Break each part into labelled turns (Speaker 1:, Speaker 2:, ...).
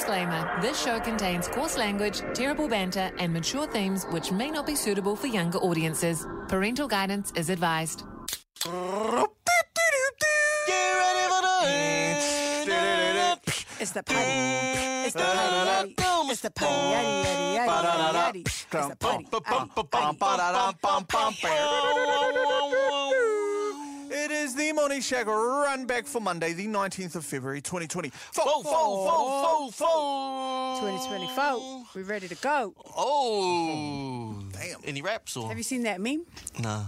Speaker 1: Disclaimer This show contains coarse language, terrible banter, and mature themes which may not be suitable for younger audiences. Parental guidance is advised.
Speaker 2: It's the party. It's the party. yaddy. It's the party. Yaddy, yaddy, yaddy, yaddy, yaddy. It's the party. yaddy,
Speaker 3: It is the Morning Shack run back for Monday, the 19th of February 2020. Fo, fo, fo, fo, fo.
Speaker 2: 2024. We ready to go.
Speaker 4: Oh.
Speaker 3: Damn.
Speaker 4: Any raps or?
Speaker 2: Have you Oh. seen that meme?
Speaker 4: Nah.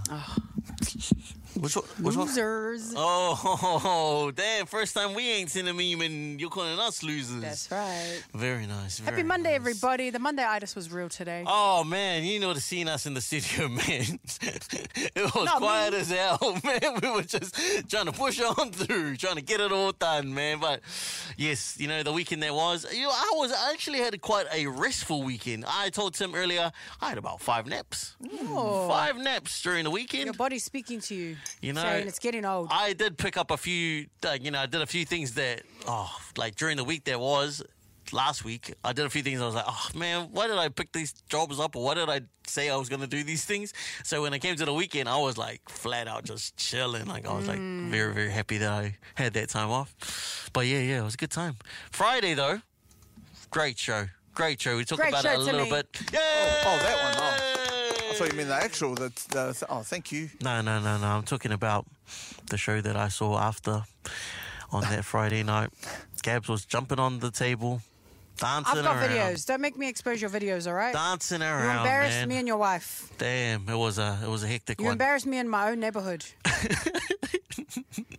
Speaker 4: Which one? Which one? Uh,
Speaker 2: Losers.
Speaker 4: Oh, damn. First time we ain't seen a meme and you're calling us losers.
Speaker 2: That's right.
Speaker 4: Very nice.
Speaker 2: Happy
Speaker 4: very
Speaker 2: Monday,
Speaker 4: nice.
Speaker 2: everybody. The Monday itis was real today.
Speaker 4: Oh man, you know the scene us in the studio, man. it was
Speaker 2: Not
Speaker 4: quiet
Speaker 2: me.
Speaker 4: as hell, man. We were just trying to push on through, trying to get it all done, man. But yes, you know the weekend there was. You know, I was I actually had quite a restful weekend. I told Tim earlier I had about five naps, five naps during the
Speaker 2: Oh. Your
Speaker 4: weekend.
Speaker 2: body's speaking to you.
Speaker 4: You know,
Speaker 2: saying it's getting old.
Speaker 4: I did pick up a few, like, you know, I did a few things that, oh, like during the week there was, last week, I did a few things. I was like, oh man, why did I pick these jobs up or why did I say I was going to do these things? So when it came to the weekend, I was like flat out just chilling. Like, I was
Speaker 2: Mm.
Speaker 4: like very, very happy that I had that time off. But yeah, yeah, it was a good time. Friday though, great show. Great show. We talked
Speaker 2: Great
Speaker 4: about
Speaker 2: show,
Speaker 4: it a little
Speaker 2: Timmy.
Speaker 4: bit. Yeah.
Speaker 3: oh, that one, I thought you meant the actual. The, the, oh, thank you.
Speaker 4: No, no, no, no. I'm talking about the show that I saw after on that Friday night. Gabs was jumping on the table, dancing
Speaker 2: I've got
Speaker 4: around.
Speaker 2: videos. Don't make me expose your videos, all right?
Speaker 4: Dancing
Speaker 2: You
Speaker 4: around.
Speaker 2: embarrassed
Speaker 4: man.
Speaker 2: me and your wife.
Speaker 4: Damn, it was a it was a hectic
Speaker 2: You
Speaker 4: one.
Speaker 2: embarrassed me in my own neighborhood.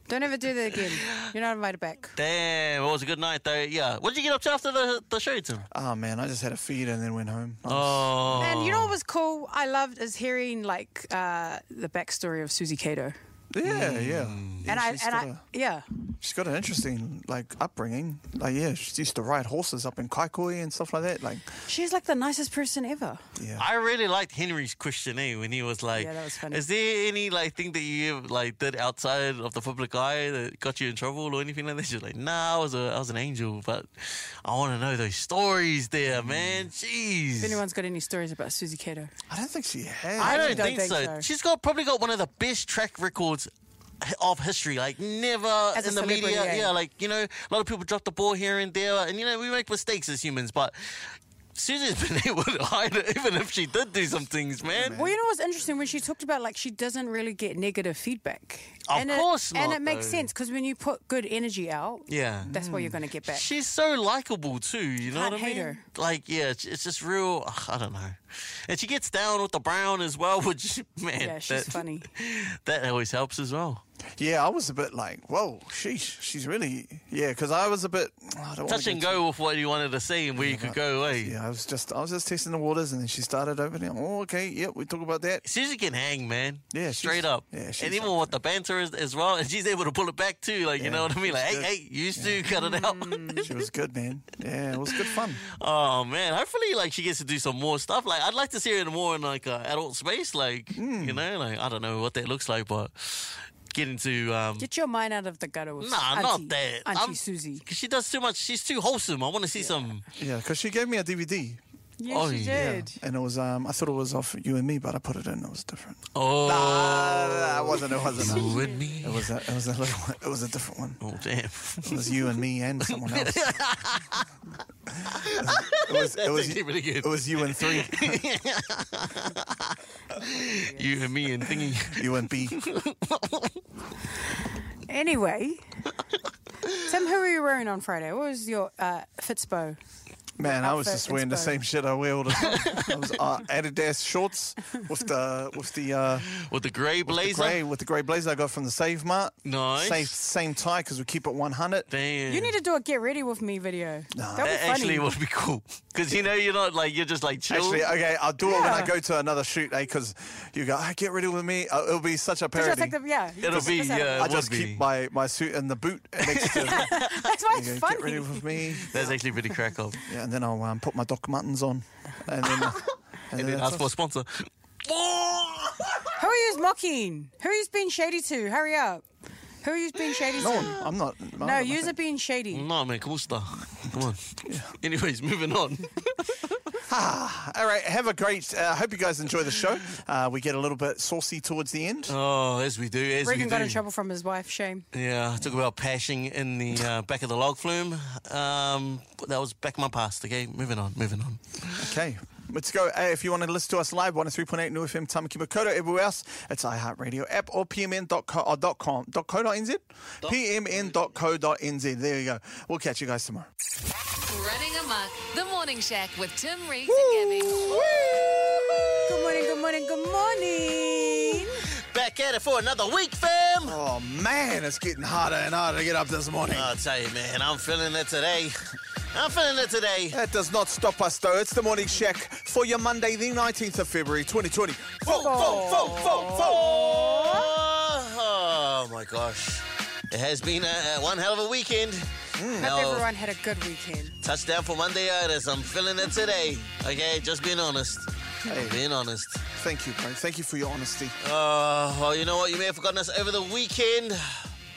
Speaker 2: Don't ever do that again. You're not invited back.
Speaker 4: Damn, it was a good night though. Yeah. What did you get up to after the the show, Tim?
Speaker 3: Oh, man, I just had a feed and then went home.
Speaker 4: Oh,
Speaker 2: And you know what was cool? I loved is hearing like uh, the backstory of Susie Cato.
Speaker 4: Oh.
Speaker 3: yeah, yeah.
Speaker 4: Mm.
Speaker 3: Yeah,
Speaker 2: and I
Speaker 3: she's
Speaker 2: and
Speaker 3: got
Speaker 2: I
Speaker 3: a-
Speaker 2: yeah.
Speaker 3: She's got an interesting like upbringing. Like yeah, she used to ride horses up in Kaikoi and stuff like that. Like
Speaker 2: She's like the nicest person ever.
Speaker 3: yeah,
Speaker 4: I really liked Henry's questionnaire when he was like,
Speaker 2: Yeah, that was funny.
Speaker 4: "Is there any like thing that you like did outside of the public eye that got you in trouble or anything like that?" She's like, "Nah, I was a I was an angel, but I want to know those stories there, man. Jeez,
Speaker 2: Mm. If anyone's got any stories about Susie Cato.
Speaker 3: I don't think she has.
Speaker 4: I
Speaker 2: actually
Speaker 4: don't think, so. She's got probably got one of the best track records of history. Like never
Speaker 2: As a
Speaker 4: in the
Speaker 2: celebrity,
Speaker 4: media.
Speaker 2: yeah.
Speaker 4: like you know, a lot of people drop the ball here and there, and you know we make mistakes as humans, but. Susie's been able to hide it, even if she did do some things, man.
Speaker 2: Well, you know what's interesting when she talked about like she doesn't really get negative feedback.
Speaker 4: Of
Speaker 2: and
Speaker 4: course
Speaker 2: it, And
Speaker 4: not,
Speaker 2: it makes
Speaker 4: though.
Speaker 2: sense because when you put good energy out,
Speaker 4: Yeah.
Speaker 2: that's what you're going to get back.
Speaker 4: She's so likable too. You know
Speaker 2: Can't
Speaker 4: what I
Speaker 2: hate
Speaker 4: mean?
Speaker 2: her.
Speaker 4: Like, yeah, it's it's just real. ugh, I don't know. And she gets down with the brown as well, which man,
Speaker 2: Yeah, she's
Speaker 4: that,
Speaker 2: funny.
Speaker 4: That always helps as well.
Speaker 3: Yeah, I was a bit like, whoa, sheesh, she's really, yeah, because I was a bit, I don't wanna
Speaker 4: Touch
Speaker 3: get
Speaker 4: and
Speaker 3: too-
Speaker 4: go with what you wanted to say and where you could go away.
Speaker 3: Yeah, I was just, I was just testing the waters, and then she started opening. Oh, okay, yeah, we talk about that.
Speaker 4: Susie can hang, man.
Speaker 3: Yeah,
Speaker 4: straight
Speaker 3: she's-
Speaker 4: up.
Speaker 3: yeah, she's
Speaker 4: and even
Speaker 3: something.
Speaker 4: with the banter as, as well, and she's able to pull it back too. Like you
Speaker 3: Yeah,
Speaker 4: know what I mean? Like,
Speaker 3: she's
Speaker 4: hey,
Speaker 3: good.
Speaker 4: hey, you used to cut it out.
Speaker 2: Mm.
Speaker 3: She was good, man. Yeah, it was good fun.
Speaker 4: oh man, hopefully, like she gets to do some more stuff. Like I'd like to see her in more in like uh, adult space. Like you know, like I don't know what that looks like, but get into um,
Speaker 2: Get your mind out of the gutter with
Speaker 4: Nah,
Speaker 2: Auntie,
Speaker 4: not that.
Speaker 2: Auntie
Speaker 4: I'm-
Speaker 2: Susie.
Speaker 4: 'Cause she does too much. She's too wholesome. I want to see some.
Speaker 3: Yeah, because she gave me a DVD,
Speaker 2: Yeah,
Speaker 4: Oh,
Speaker 2: she
Speaker 4: yeah.
Speaker 2: did.
Speaker 3: and it was, um, I thought it was off you and me, but I put it in. It was different.
Speaker 4: Oh,
Speaker 3: Ah, it wasn't. It wasn't.
Speaker 4: you
Speaker 3: no.
Speaker 4: and me.
Speaker 3: It was a, it was a little, one- it was a different one.
Speaker 4: Oh damn.
Speaker 3: It was you and me and someone else. It was, it was,
Speaker 4: actually
Speaker 3: it was,
Speaker 4: pretty good.
Speaker 3: it was you and three,
Speaker 4: you and me and thingy.
Speaker 3: you and B.
Speaker 2: Anyway, Tim, who were you wearing on Friday? What was your uh, Fitzbo?
Speaker 3: Man, I was
Speaker 2: outfit
Speaker 3: just wearing the
Speaker 2: inspired.
Speaker 3: same shit I wear all the time. I was uh, Adidas shorts with the with the uh,
Speaker 4: With the grey
Speaker 3: the
Speaker 4: blazer.
Speaker 3: grey with the grey blazer I got from the Save Mart.
Speaker 4: Nice.
Speaker 3: Same same tie because we keep it one hundred.
Speaker 4: Damn.
Speaker 2: You need to do a get ready with me video. That'd be
Speaker 4: That
Speaker 2: funny.
Speaker 4: actually would be cool because you know you're not like you're just like chill.
Speaker 3: Actually, okay, I'll do it when I
Speaker 2: Yeah.
Speaker 3: go to another shoot, eh? Because you go, ah, get ready with me. Uh, it'll be such a
Speaker 2: Did you
Speaker 3: parody.
Speaker 2: take the- yeah, you
Speaker 4: It'll
Speaker 2: just-
Speaker 4: be,
Speaker 2: that's how-
Speaker 4: uh,
Speaker 3: I
Speaker 4: It would
Speaker 3: just
Speaker 4: be.
Speaker 3: keep my, my suit in the boot next to. you
Speaker 4: uh,
Speaker 2: That's why it's
Speaker 3: go,
Speaker 2: funny.
Speaker 3: Get ready with me.
Speaker 4: that's actually pretty crack up.
Speaker 3: Yeah, and then I'll um, put my Doc Martens on, and then and,
Speaker 4: And then
Speaker 3: that's
Speaker 4: ask for a
Speaker 3: us.
Speaker 4: sponsor.
Speaker 2: Who are you mocking? Who are you being shady to? Hurry up. Who are you being shady
Speaker 3: No, Mm,
Speaker 2: to?
Speaker 3: I'm not.
Speaker 2: No, yous are being shady.
Speaker 4: No me gusta. Come on. Anyways, moving on.
Speaker 3: All right, have a great. I uh, hope you guys enjoy the show. Uh, we get a little bit saucy towards the end.
Speaker 4: Oh, as we do, as we
Speaker 2: Regan
Speaker 4: do.
Speaker 2: got in trouble from his wife. Shame.
Speaker 4: Yeah, I talk about pashing in the uh, back of the log flume. Um, that was back in my past. Okay, moving on, moving on.
Speaker 3: Okay. Let's go. Uh, if you want to listen to us live, 103.8 New FM, Tamaki Makaurau, everywhere else, it's iHeartRadio app or pmn.co, or dot .com, dot .co dot .nz? pmn.co.nz. There you go. We'll catch you guys tomorrow.
Speaker 1: Running amok, the morning shack with Tim Reeves and Gabby.
Speaker 2: Good morning. Good morning. Good morning.
Speaker 4: Back at it for another week, fam.
Speaker 3: Oh, man, it's getting harder and harder to get up this morning.
Speaker 4: I'll tell you, man, I'm feeling it today. I'm feeling it today.
Speaker 3: That does not stop us, though. It's the Morning Shack for your Monday, the 19th of February, 2020. Fo, fo, fo, fo, fo.
Speaker 4: Oh, my gosh. It has been uh, one hell of a weekend.
Speaker 3: Oh.
Speaker 2: Hope
Speaker 4: Now,
Speaker 2: everyone had a good weekend.
Speaker 4: touchdown for Monday Iris. I'm feeling it today. Okay, just being honest. Being honest.
Speaker 3: Thank you, bro. Thank you for your honesty.
Speaker 4: Uh, well, you know what? You may have forgotten us over the weekend.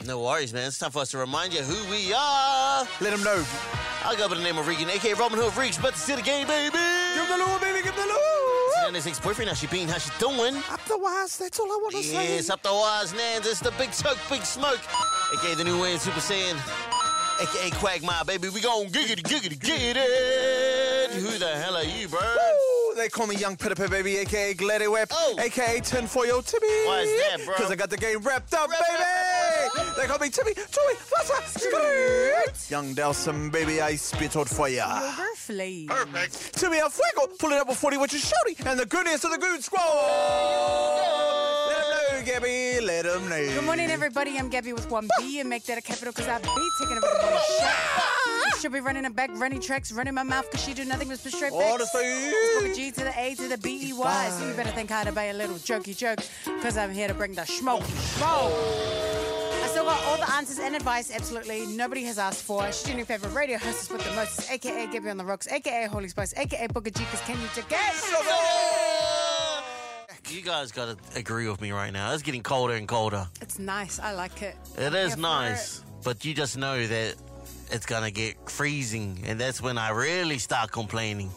Speaker 4: No worries, man. It's time for us to remind you who we are.
Speaker 3: Let them know.
Speaker 4: I go by the name of Regan, aka Robin Hood Reeks, but to see the game, baby.
Speaker 3: Give the law, baby. Give the law.
Speaker 4: And his ex-boyfriend, how she been? How she doing?
Speaker 3: Up the wires. That's all I want to say.
Speaker 4: Yes, up the wires, Nans. It's the big choke, big smoke. AKA the new way in Super Saiyan. AKA Quagmire, baby. We gon' giggity, giggity, get it. Who the hell are you, bro?
Speaker 3: Woo! They call me Young Pitapa Baby, aka Gladdy Web,
Speaker 4: Oh.
Speaker 3: aka Tinfoil Timmy.
Speaker 4: Why is that, bro?
Speaker 3: Because I got the game wrapped up,
Speaker 4: Wrap it up,
Speaker 3: baby! they call me Timmy, Chewy, Flasa, Scoot! Young Delson, baby, I spit out for ya.
Speaker 2: Perfectly.
Speaker 3: Er. Timmy El Fuego, pulling up a 40 with your shorty, and the goodness of the good squad! Let 'em know, Gabby, let 'em know.
Speaker 2: Good morning, everybody. I'm Gabby with one B, and make that a capital because I be taking over the morning
Speaker 3: Ah.
Speaker 2: shit. She'll be running it back, running tracks, running my mouth because she do nothing but straight
Speaker 3: Oh,
Speaker 2: back.
Speaker 3: Honestly.
Speaker 2: G to the A to the B E Y. So you better think hard about your little jokey joke because I'm here to bring the smoke. Smoke. I still got all the answers and advice, absolutely. Nobody has asked for. She's your new favorite radio hostess with the most, aka Gabby on the Rocks, aka Holy Spice, aka Booker G, because can you take it?
Speaker 4: You guys gotta agree with me right now. It's getting colder and colder.
Speaker 2: It's nice. I like it.
Speaker 4: It is
Speaker 2: Yeah, for
Speaker 4: nice, but you just know that it's gonna get freezing, and that's when I really start complaining.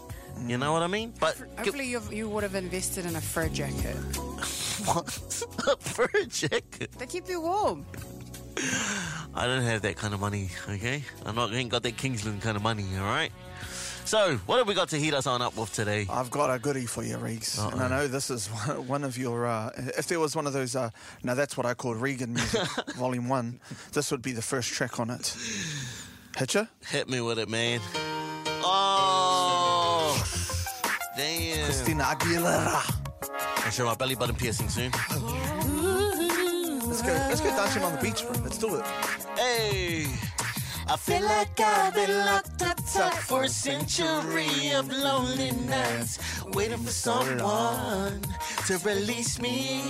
Speaker 4: You know what I mean? But
Speaker 2: Hopefully, you've, you would have invested in a fur jacket.
Speaker 4: what? for a jacket?
Speaker 2: They keep you warm.
Speaker 4: I don't have that kind of money. Okay, I'm not I ain't got that Kingsland kind of money. All right. So what have we got to heat us on up with today?
Speaker 3: I've got a goodie for you, Reeks. And I know this is one one of your. Uh, if there was one of those. Uh, now, that's what I call Regan music, Volume 1. This would be the first track on it. Hitcher?
Speaker 4: Hit me with it, man. Oh, damn!
Speaker 3: Christina Aguilera.
Speaker 4: I'm sure my belly button piercing soon.
Speaker 3: Let's go, let's go dancing on the beach, bro. Let's do it.
Speaker 4: Hey, I feel like I've been locked up top for a century of lonely nights, waiting for someone to release me.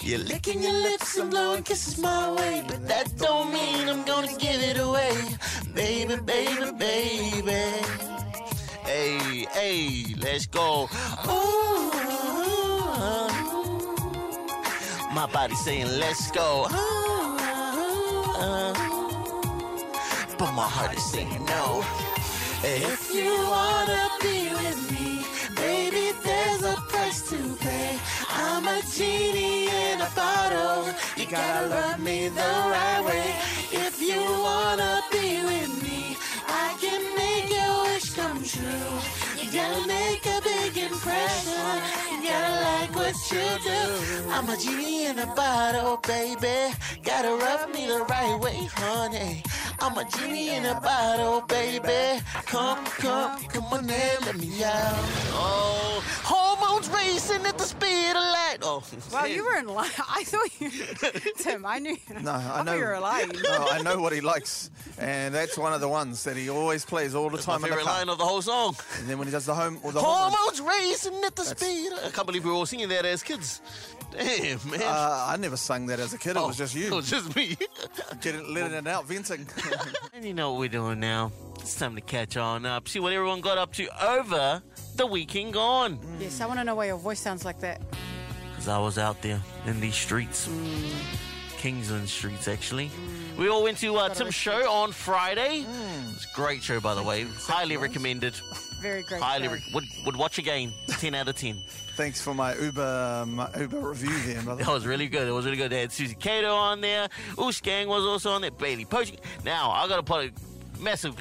Speaker 4: You're licking your lips and blowing kisses my way, but that don't mean I'm gonna give it away, baby, baby, baby. Hey, hey, let's go. Ooh. My body saying, let's go. Uh, But my heart is saying no. If you wanna be with me, baby, there's a price to pay. I'm a genie in a bottle. You gotta love me the right way. If you wanna be with me, I can make your wish come true. You gotta make a big impression. You gotta like what you do. I'm a genie in a bottle, baby. Gotta rub me the right way, honey. I'm a genie in a bottle, baby. Come, come, come on and let me out. Oh, hormones racing at the speed of light. Oh,
Speaker 2: Wow, you were in line. I thought you, Tim. I knew.
Speaker 3: No, I,
Speaker 2: thought
Speaker 3: know.
Speaker 2: you were alive.
Speaker 3: No, I know what he likes, and that's one of the ones that he always plays all the time in the car.
Speaker 4: of the whole song.
Speaker 3: And then when he does the home or the whole one,
Speaker 4: Hormones racing at the speed. I can't believe we were all singing that as kids. Damn, man. Oh,
Speaker 3: uh, I never sung that as a kid. It was just
Speaker 4: It
Speaker 3: you
Speaker 4: was just me.
Speaker 3: getting letting it out, venting.
Speaker 4: and you know what we're doing now? It's time to catch on up. See what everyone got up to over the weekend gone.
Speaker 2: Yes, I want to know why your voice sounds like that.
Speaker 4: Because I was out there in these streets,
Speaker 2: Mm. Mm.
Speaker 4: Kingsland streets, actually. We all went to uh, Tim's show on Friday. It's a great show, by the way. Highly recommended.
Speaker 2: Very great.
Speaker 4: Highly
Speaker 2: show.
Speaker 4: re- would would watch again. Ten out of ten.
Speaker 3: Thanks for my Uber my Uber review there, brother.
Speaker 4: That was really good. It was really good. They had Susie Cato on there. Oosh Gang was also on there. Bailey Poaching. Now, i got to put a massive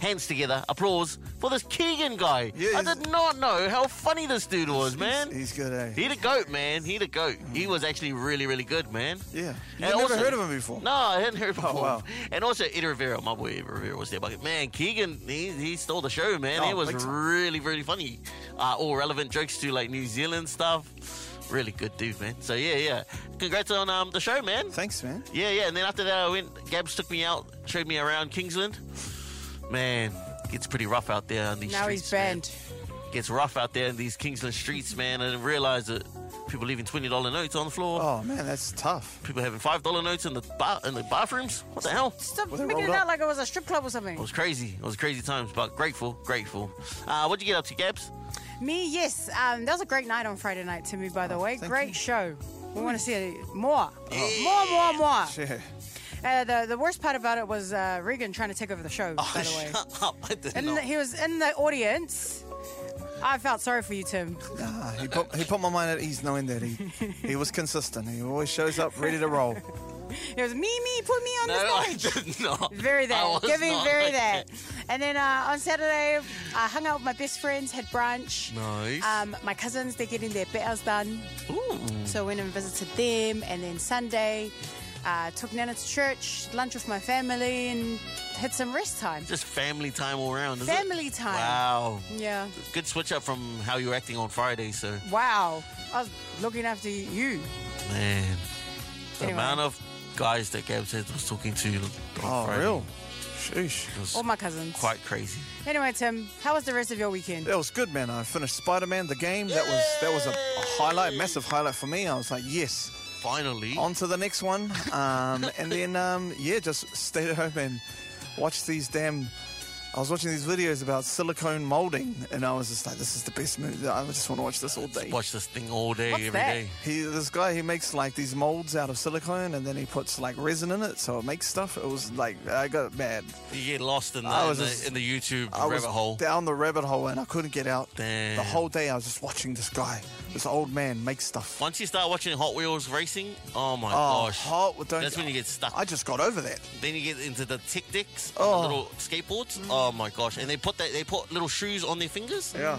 Speaker 4: hands together, applause for this Keegan guy.
Speaker 3: Yeah,
Speaker 4: I
Speaker 3: he's-
Speaker 4: did not know how funny this dude was, man.
Speaker 3: He's Mm. good, eh?
Speaker 4: He the goat, man. He the goat. He was actually really, really good, man.
Speaker 3: Yeah.
Speaker 4: And
Speaker 3: You never
Speaker 4: also-
Speaker 3: heard of him before. Oh,
Speaker 4: No, I hadn't heard before.
Speaker 3: wow.
Speaker 4: And also Ed Rivera, my boy Ed Rivera was there. But man, Keegan, he, he stole the show, man.
Speaker 3: Oh,
Speaker 4: it was
Speaker 3: big time.
Speaker 4: really, really funny. Uh, all relevant jokes to like New Zealand stuff. Really good dude, man. So yeah, yeah. Congrats on um, the show, man.
Speaker 3: Thanks, man.
Speaker 4: Yeah, yeah. And then after that, I went. Gabs took me out, showed me around Kingsland. Man, it's pretty rough out there on these
Speaker 2: Now
Speaker 4: streets.
Speaker 2: he's
Speaker 4: man
Speaker 2: banned.
Speaker 4: gets rough out there in these Kingsland streets, man, and realize that people leaving twenty dollar notes on the floor.
Speaker 3: Oh man, that's tough.
Speaker 4: People having five dollar notes in the bar in the bathrooms. What the hell?
Speaker 2: Stop
Speaker 3: Were they
Speaker 2: making it
Speaker 3: rolled
Speaker 2: out
Speaker 3: up?
Speaker 2: like it was a strip club or something.
Speaker 4: It was crazy. It was crazy times, but grateful, grateful. Uh, what'd you get up to, Gabs?
Speaker 2: Me, yes. Um, that was a great night on Friday night, Timmy, by
Speaker 4: Oh,
Speaker 2: the way.
Speaker 3: thank
Speaker 2: Great
Speaker 3: you.
Speaker 2: show. We want to see more. More, more, more.
Speaker 3: Yeah.
Speaker 2: Uh, the, the worst part about it was uh, Regan trying to take over the show, by the way.
Speaker 4: Oh, Shut up! I did
Speaker 2: And
Speaker 4: not.
Speaker 2: he was in the audience. I felt sorry for you, Tim.
Speaker 3: Nah, he put he put my mind at ease knowing that he he was consistent. He always shows up ready to roll.
Speaker 2: It was me, me, put me on
Speaker 4: no,
Speaker 2: the
Speaker 4: I
Speaker 2: stage.
Speaker 4: did not.
Speaker 2: Very
Speaker 4: I
Speaker 2: that.
Speaker 4: was
Speaker 2: Giving
Speaker 4: not
Speaker 2: very
Speaker 4: like
Speaker 2: that. And then uh, on Saturday, I hung out with my best friends, had brunch.
Speaker 4: Nice.
Speaker 2: Um, my cousins, they're getting their bells done. So I went and visited them. And then Sunday, uh, took Nana to church, lunch with my family, and had some rest time.
Speaker 4: Just family time all around. is it?
Speaker 2: Family time.
Speaker 4: Wow.
Speaker 2: Yeah.
Speaker 4: Good switch up from how you were acting on Friday, so
Speaker 2: Wow. I was looking after you.
Speaker 4: man. The
Speaker 2: Anyway.
Speaker 4: amount of guys that Gabs had was talking to on
Speaker 3: Oh,
Speaker 4: Friday
Speaker 3: real. Sheesh.
Speaker 4: was
Speaker 2: All Oh, my cousins.
Speaker 4: quite crazy.
Speaker 2: Anyway, Tim, how was the rest of your weekend?
Speaker 3: That was good, man. I finished Spider-Man the game. That was that was a highlight, massive highlight for me. I was like, yes,
Speaker 4: Finally.
Speaker 3: on to the next one. Um, and then um, yeah, just stayed at home and watched these damn. I was watching these videos about silicone molding, and I was just like, this is the best movie. I just want to watch this all day.
Speaker 4: watch this thing all day, every
Speaker 2: What's
Speaker 4: day.
Speaker 2: that?
Speaker 3: He, this guy, he makes like these molds out of silicone, and then he puts like resin in it, so it makes stuff. It was like I got mad.
Speaker 4: You get lost in the,
Speaker 3: I was
Speaker 4: in,
Speaker 3: just-
Speaker 4: the in the YouTube
Speaker 3: I
Speaker 4: rabbit
Speaker 3: was
Speaker 4: hole.
Speaker 3: down the rabbit hole, and I couldn't get out.
Speaker 4: Damn.
Speaker 3: The whole day, I was just watching this guy, this old man, make stuff.
Speaker 4: Once you start watching Hot Wheels racing, oh my
Speaker 3: Oh,
Speaker 4: gosh.
Speaker 3: hot! Don't,
Speaker 4: That's when you get stuck.
Speaker 3: I just got over that.
Speaker 4: then you get into the tic tacs,
Speaker 3: Oh.
Speaker 4: the little skateboards. Oh my gosh! And they put that they put little shoes on their fingers.
Speaker 3: Yeah.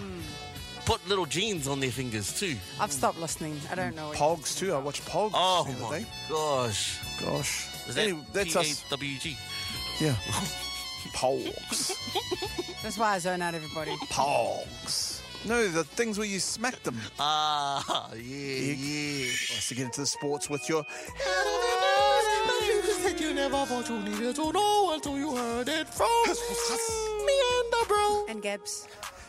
Speaker 4: Put little jeans on their fingers too.
Speaker 2: I've stopped listening. I don't know. what you-
Speaker 3: Pogs too. I watched Pogs
Speaker 4: Oh
Speaker 3: the other
Speaker 4: my
Speaker 3: day.
Speaker 4: gosh!
Speaker 3: Gosh.
Speaker 4: Is that
Speaker 3: Anyway, that's us.
Speaker 4: P-A-W-G?
Speaker 3: Yeah. Pogs.
Speaker 2: That's why I zone out everybody.
Speaker 3: Pogs. No, the things where you smack them.
Speaker 4: Ah, yeah, yeah.
Speaker 3: Nice to get into the sports with your.
Speaker 4: You never thought you needed to know until you heard it from me and the bro.
Speaker 2: And Gabs.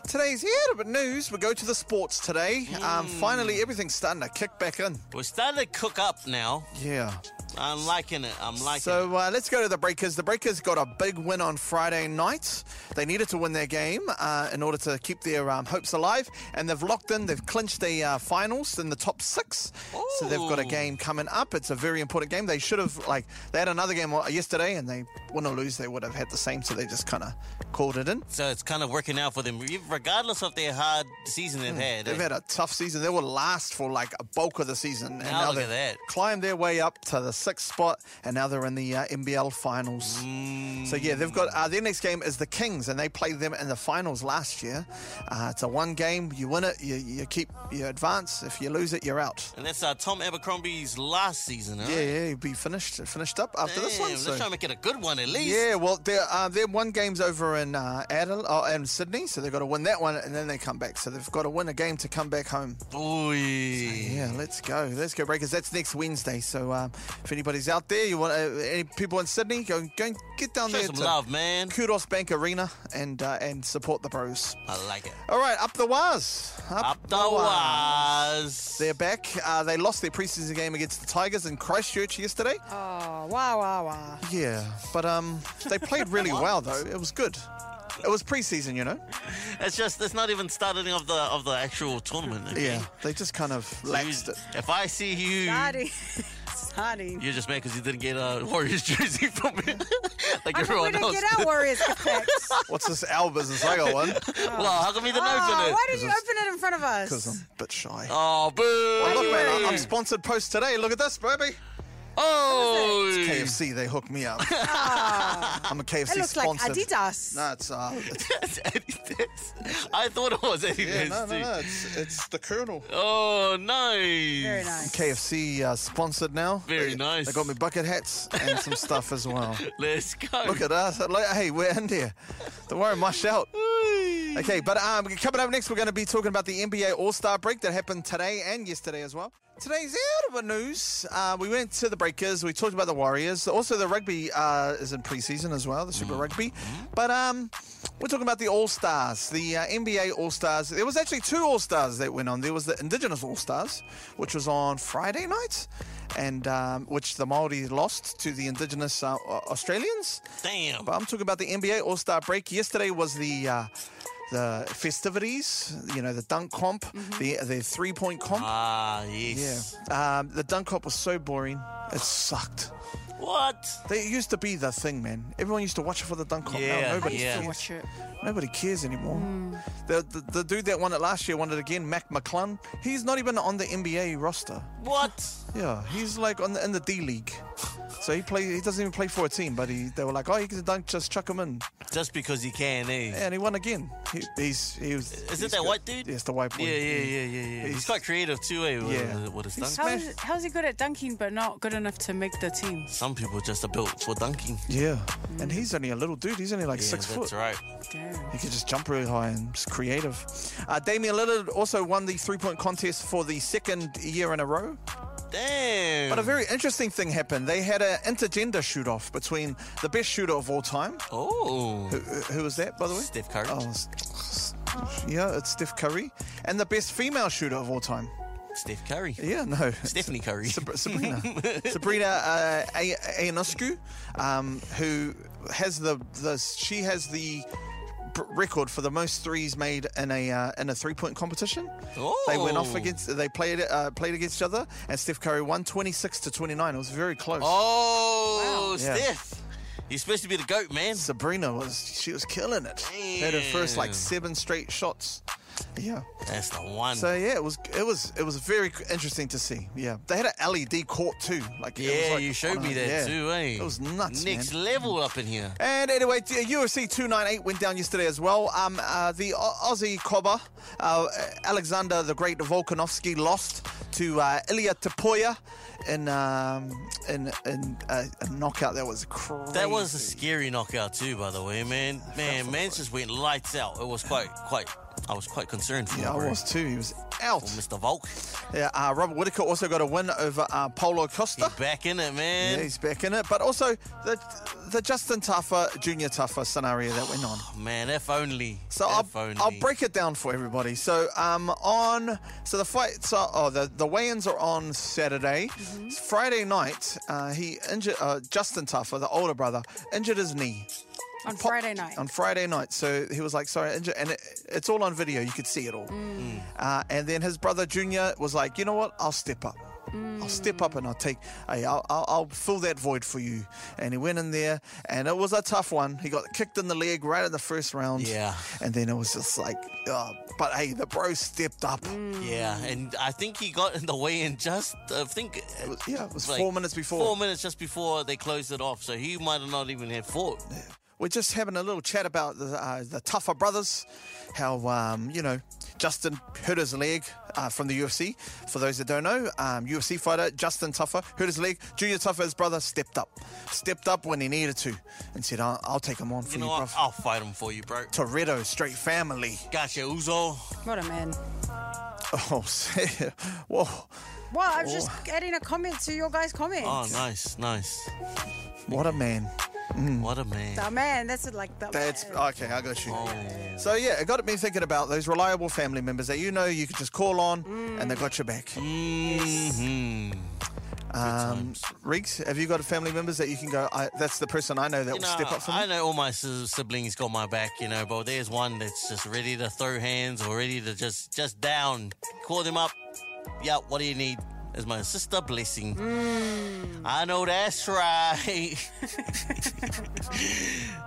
Speaker 3: Today's yeah, but news. We go to the sports today. Um, finally, everything's starting to kick back in.
Speaker 4: We're starting to cook up now.
Speaker 3: Yeah.
Speaker 4: I'm liking it. I'm liking it.
Speaker 3: So uh, let's go to the Breakers. The Breakers got a big win on Friday night. They needed to win their game uh, in order to keep their um, hopes alive, and they've locked in. They've clinched a uh, finals in the top six. So they've got a
Speaker 4: Ooh.
Speaker 3: game coming up. It's a very important game. They should have like they had another game yesterday, and they win or lose, they would have had the same. So they just kind of called it in.
Speaker 4: So it's kind of working out for them, regardless of their hard season they've had. eh?
Speaker 3: Hmm. They've had a tough season. They will last for like a bulk of the season. And
Speaker 4: Now look
Speaker 3: they've
Speaker 4: at that.
Speaker 3: Climbed their way up to the sixth spot, and now they're in the uh, NBL finals.
Speaker 4: Mm.
Speaker 3: So yeah, they've got uh, their next game is the Kings, and they played them in the finals last year. Uh, it's a one game. You win it, you, you keep you advance. If you lose it, you're out.
Speaker 4: and that's uh, Tom Abercrombie's last season, huh?
Speaker 3: Yeah, yeah, you'll be finished finished up after
Speaker 4: Damn,
Speaker 3: this one.
Speaker 4: Let's
Speaker 3: so-
Speaker 4: try and make it a good one at least.
Speaker 3: Yeah, well, they're, uh, their one game's over in uh, Adelaide, oh, in Sydney, so they've got to win that one, and then they come back. So they've got to win a game to come back home.
Speaker 4: Oy.
Speaker 3: Yeah, let's go. Let's go, Breakers. That's next Wednesday. So um, if anybody's out there, you want uh, any people in Sydney, go, go and get down
Speaker 4: Show
Speaker 3: there
Speaker 4: some
Speaker 3: to
Speaker 4: love, man.
Speaker 3: Kudos Bank Arena and uh, and support the bros.
Speaker 4: I like it.
Speaker 3: All right, up the Waz.
Speaker 4: Up the waz.
Speaker 3: They're back. Uh, they lost their preseason game against the Tigers in Christchurch yesterday.
Speaker 2: Oh, wow, wow, wow.
Speaker 3: Yeah, but um, they played really well though. It was good. It was preseason, you know.
Speaker 4: It's just it's not even starting of the of the actual tournament. okay?
Speaker 3: Yeah, they just kind of
Speaker 4: So you-
Speaker 3: laxed it.
Speaker 4: If I see you
Speaker 2: Daddy. Honey.
Speaker 4: You're just mad because you didn't get a Warriors jersey from me, like
Speaker 2: we
Speaker 4: everyone
Speaker 2: didn't
Speaker 4: else.
Speaker 2: get our Warriors effects.
Speaker 3: What's this owl business? I got one.
Speaker 4: well, how come you didn't
Speaker 2: oh,
Speaker 4: open it?
Speaker 2: why did you open it in front of
Speaker 3: Because I'm
Speaker 2: us?
Speaker 3: a bit shy.
Speaker 4: Oh, boo!
Speaker 3: Well, look, man, I- I'm sponsored post today. Look at this, baby.
Speaker 4: oh,
Speaker 3: KFC, they hooked me up. I'm a
Speaker 2: It
Speaker 3: KFC
Speaker 2: Ah. looks like
Speaker 3: sponsored.
Speaker 2: Adidas.
Speaker 3: No, it's, uh, it's,
Speaker 4: That's Adidas. I thought it was Adidas.
Speaker 3: yeah, no, no,
Speaker 4: too.
Speaker 3: no, it's, it's the Colonel.
Speaker 4: Oh, nice.
Speaker 2: Very nice.
Speaker 3: KFC uh, sponsored now.
Speaker 4: Very
Speaker 3: They-
Speaker 4: nice.
Speaker 3: They got me bucket hats and some stuff as well.
Speaker 4: Let's go.
Speaker 3: Look at us. Like, hey, we're in there. Don't worry, my shout. Okay, but um, coming up next, we're going to be talking about the NBA All Star break that happened today and yesterday as well. Today's Aotearoa news. Uh, we went to the Breakers. We talked about the Warriors. Also, the rugby uh, is in preseason as well, the Super Rugby. But um, we're talking about the All Stars, the uh, NBA All Stars. There was actually two All Stars that went on. There was the Indigenous All Stars, which was on Friday night, and um, which the Maori lost to the Indigenous uh, Au- Australians.
Speaker 4: Damn.
Speaker 3: But I'm talking about the NBA All Star break. Yesterday was the uh, the festivities. You know, the dunk comp, the the three point comp.
Speaker 4: Mm-hmm. Ah,
Speaker 3: yeah,
Speaker 4: yes.
Speaker 3: um, the dunk comp was so boring. It sucked.
Speaker 4: What?
Speaker 3: They used to be the thing, man. Everyone used to watch it for the dunk comp.
Speaker 4: Yeah,
Speaker 3: now nobody
Speaker 4: yeah.
Speaker 3: cares.
Speaker 2: Watch it. Mm.
Speaker 3: Nobody cares anymore. The, the the dude that won it last year won it again. Mac McClung. He's not even on the NBA roster.
Speaker 4: What?
Speaker 3: Yeah, he's like on the, in the D League. So he play. He doesn't even play for a team. But he, they were like, oh, he can dunk. Just chuck him in.
Speaker 4: Just because you can, eh?
Speaker 3: And he won again. He, he's he was.
Speaker 4: Is
Speaker 3: he's
Speaker 4: it that
Speaker 3: good.
Speaker 4: white dude?
Speaker 3: Yes, the white boy.
Speaker 4: Yeah, yeah, yeah, yeah, yeah. He's,
Speaker 3: He's-
Speaker 4: quite creative too, eh? With,
Speaker 3: Yeah.
Speaker 4: with his dunk.
Speaker 2: How
Speaker 3: Smash.
Speaker 2: is, Oh, how's he good at dunking but not good enough to make the team?
Speaker 4: Some people just are built for dunking.
Speaker 3: Yeah, and he's only a little dude. He's only like
Speaker 4: Yeah,
Speaker 3: six
Speaker 4: that's
Speaker 3: foot.
Speaker 4: right.
Speaker 2: Damn.
Speaker 3: He could just jump really high and it's creative. Uh, Damian Lillard also won the three-point contest for the second year in a row.
Speaker 4: Damn.
Speaker 3: But a very interesting thing happened. They had an intergender shoot-off between the best shooter of all time.
Speaker 4: oh.
Speaker 3: Who, who was that, by the way?
Speaker 4: Steph Curry.
Speaker 3: Oh, s- s- yeah, it's Steph Curry, and the best female shooter of all time.
Speaker 4: Steph Curry.
Speaker 3: Yeah, no,
Speaker 4: Stephanie Curry.
Speaker 3: Sab- Sabrina. Sabrina uh, A- Ionescu, um, who has the, the she has the b- record for the most threes made in a uh, in a three point competition. They went off
Speaker 4: Oh.
Speaker 3: against they played uh, played against each other, and Steph Curry won twenty six to twenty nine. It was very close.
Speaker 4: Oh,
Speaker 3: Yeah.
Speaker 4: Steph. You're supposed to be the goat, man.
Speaker 3: Sabrina was she was killing it. Had her first like
Speaker 4: Damn.
Speaker 3: seven straight shots. Yeah.
Speaker 4: That's the one.
Speaker 3: So yeah, it was it was it was very interesting to see. Yeah, they had an LED court too. Like it was
Speaker 4: yeah,
Speaker 3: like
Speaker 4: you showed
Speaker 3: on
Speaker 4: me
Speaker 3: a-
Speaker 4: that
Speaker 3: yeah.
Speaker 4: too, eh?
Speaker 3: It was nuts,
Speaker 4: Next
Speaker 3: man.
Speaker 4: level up in here.
Speaker 3: And anyway, t- UFC 298 went down yesterday as well. Um, uh, the Au- Aussie cobber, uh, Alexander the Great Volkanovski, lost to uh, Ilya Tapoya in, um, in, in uh, a knockout that was crazy.
Speaker 4: That was a scary knockout too, by the way, man. Man, man just went lights out. It was quite, quite. I was quite concerned for
Speaker 3: Yeah, I
Speaker 4: him, bro.
Speaker 3: was too. He was out.
Speaker 4: Mr. Volk.
Speaker 3: Yeah, uh, Robert Whitaker also got a win over uh, Paulo
Speaker 4: He's
Speaker 3: Costa.
Speaker 4: back in it, man.
Speaker 3: Yeah, he's back in it. But also the the Justin Tuffer, Junior Tuffer scenario that went on.
Speaker 4: man, if only.
Speaker 3: So I'll,
Speaker 4: if only.
Speaker 3: I'll break it down for everybody. So um on so the fights are oh the, the weigh-ins are on Saturday.
Speaker 4: Mm-hmm.
Speaker 3: Friday night, uh, he injured uh, Justin Tuffer, the older brother, injured his knee
Speaker 2: On Friday night.
Speaker 3: on Friday night. So he was like, "Sorry, I injured," and it, it's all on video. You could see it all.
Speaker 2: Mm.
Speaker 3: Uh, and then his brother Junior was like, "You know what? I'll step up.
Speaker 2: Mm.
Speaker 3: I'll step up and I'll take. Hey, I'll, I'll, I'll fill that void for you." And he went in there, and it was a tough one. He got kicked in the leg right in the first round.
Speaker 4: Yeah.
Speaker 3: And then it was just like, oh, but hey, the bro stepped up.
Speaker 2: Mm.
Speaker 4: Yeah, and I think he got in the way in just. I think.
Speaker 3: It
Speaker 4: uh,
Speaker 3: was- yeah, it was
Speaker 4: like,
Speaker 3: four minutes before.
Speaker 4: Four minutes just before they closed it off, so he might have not even had fought.
Speaker 3: We're just having a little chat about the, uh, the tougher brothers, how, um, you know, Justin hurt his leg uh, from the UFC. For those that don't know, um, UFC fighter Justin Tougher hurt his leg. Junior Tougher, his brother, stepped up. Stepped up when he needed to and said, I'll, I'll take him on
Speaker 4: You
Speaker 3: for you,
Speaker 4: know
Speaker 3: bro.
Speaker 4: what? I'll fight him for you, bro.
Speaker 3: Toretto, straight family.
Speaker 4: Gotcha, Uzo.
Speaker 2: What a man.
Speaker 3: Oh, whoa.
Speaker 2: Well, I'm just adding a comment to your guys' comment.
Speaker 4: Oh, nice, nice.
Speaker 3: What a man. Hmm.
Speaker 4: What a man.
Speaker 2: The man, that's it, like the
Speaker 3: That's
Speaker 2: man.
Speaker 3: okay. I got you.
Speaker 4: Oh.
Speaker 3: So yeah, it got me thinking about those reliable family members that you know you could just call on and they got your back.
Speaker 4: hmm
Speaker 3: Mm-hmm. Um, Riggs, have you got family members that you can go? I, that's the person I know that
Speaker 4: You
Speaker 3: will
Speaker 4: know,
Speaker 3: step up for
Speaker 4: I
Speaker 3: me.
Speaker 4: know all my si- siblings got my back, you know, but there's one that's just ready to throw hands or ready to just just down. Call them up. Yeah, what do you need? is my sister Blessing.
Speaker 3: Mm.
Speaker 4: I know that's right.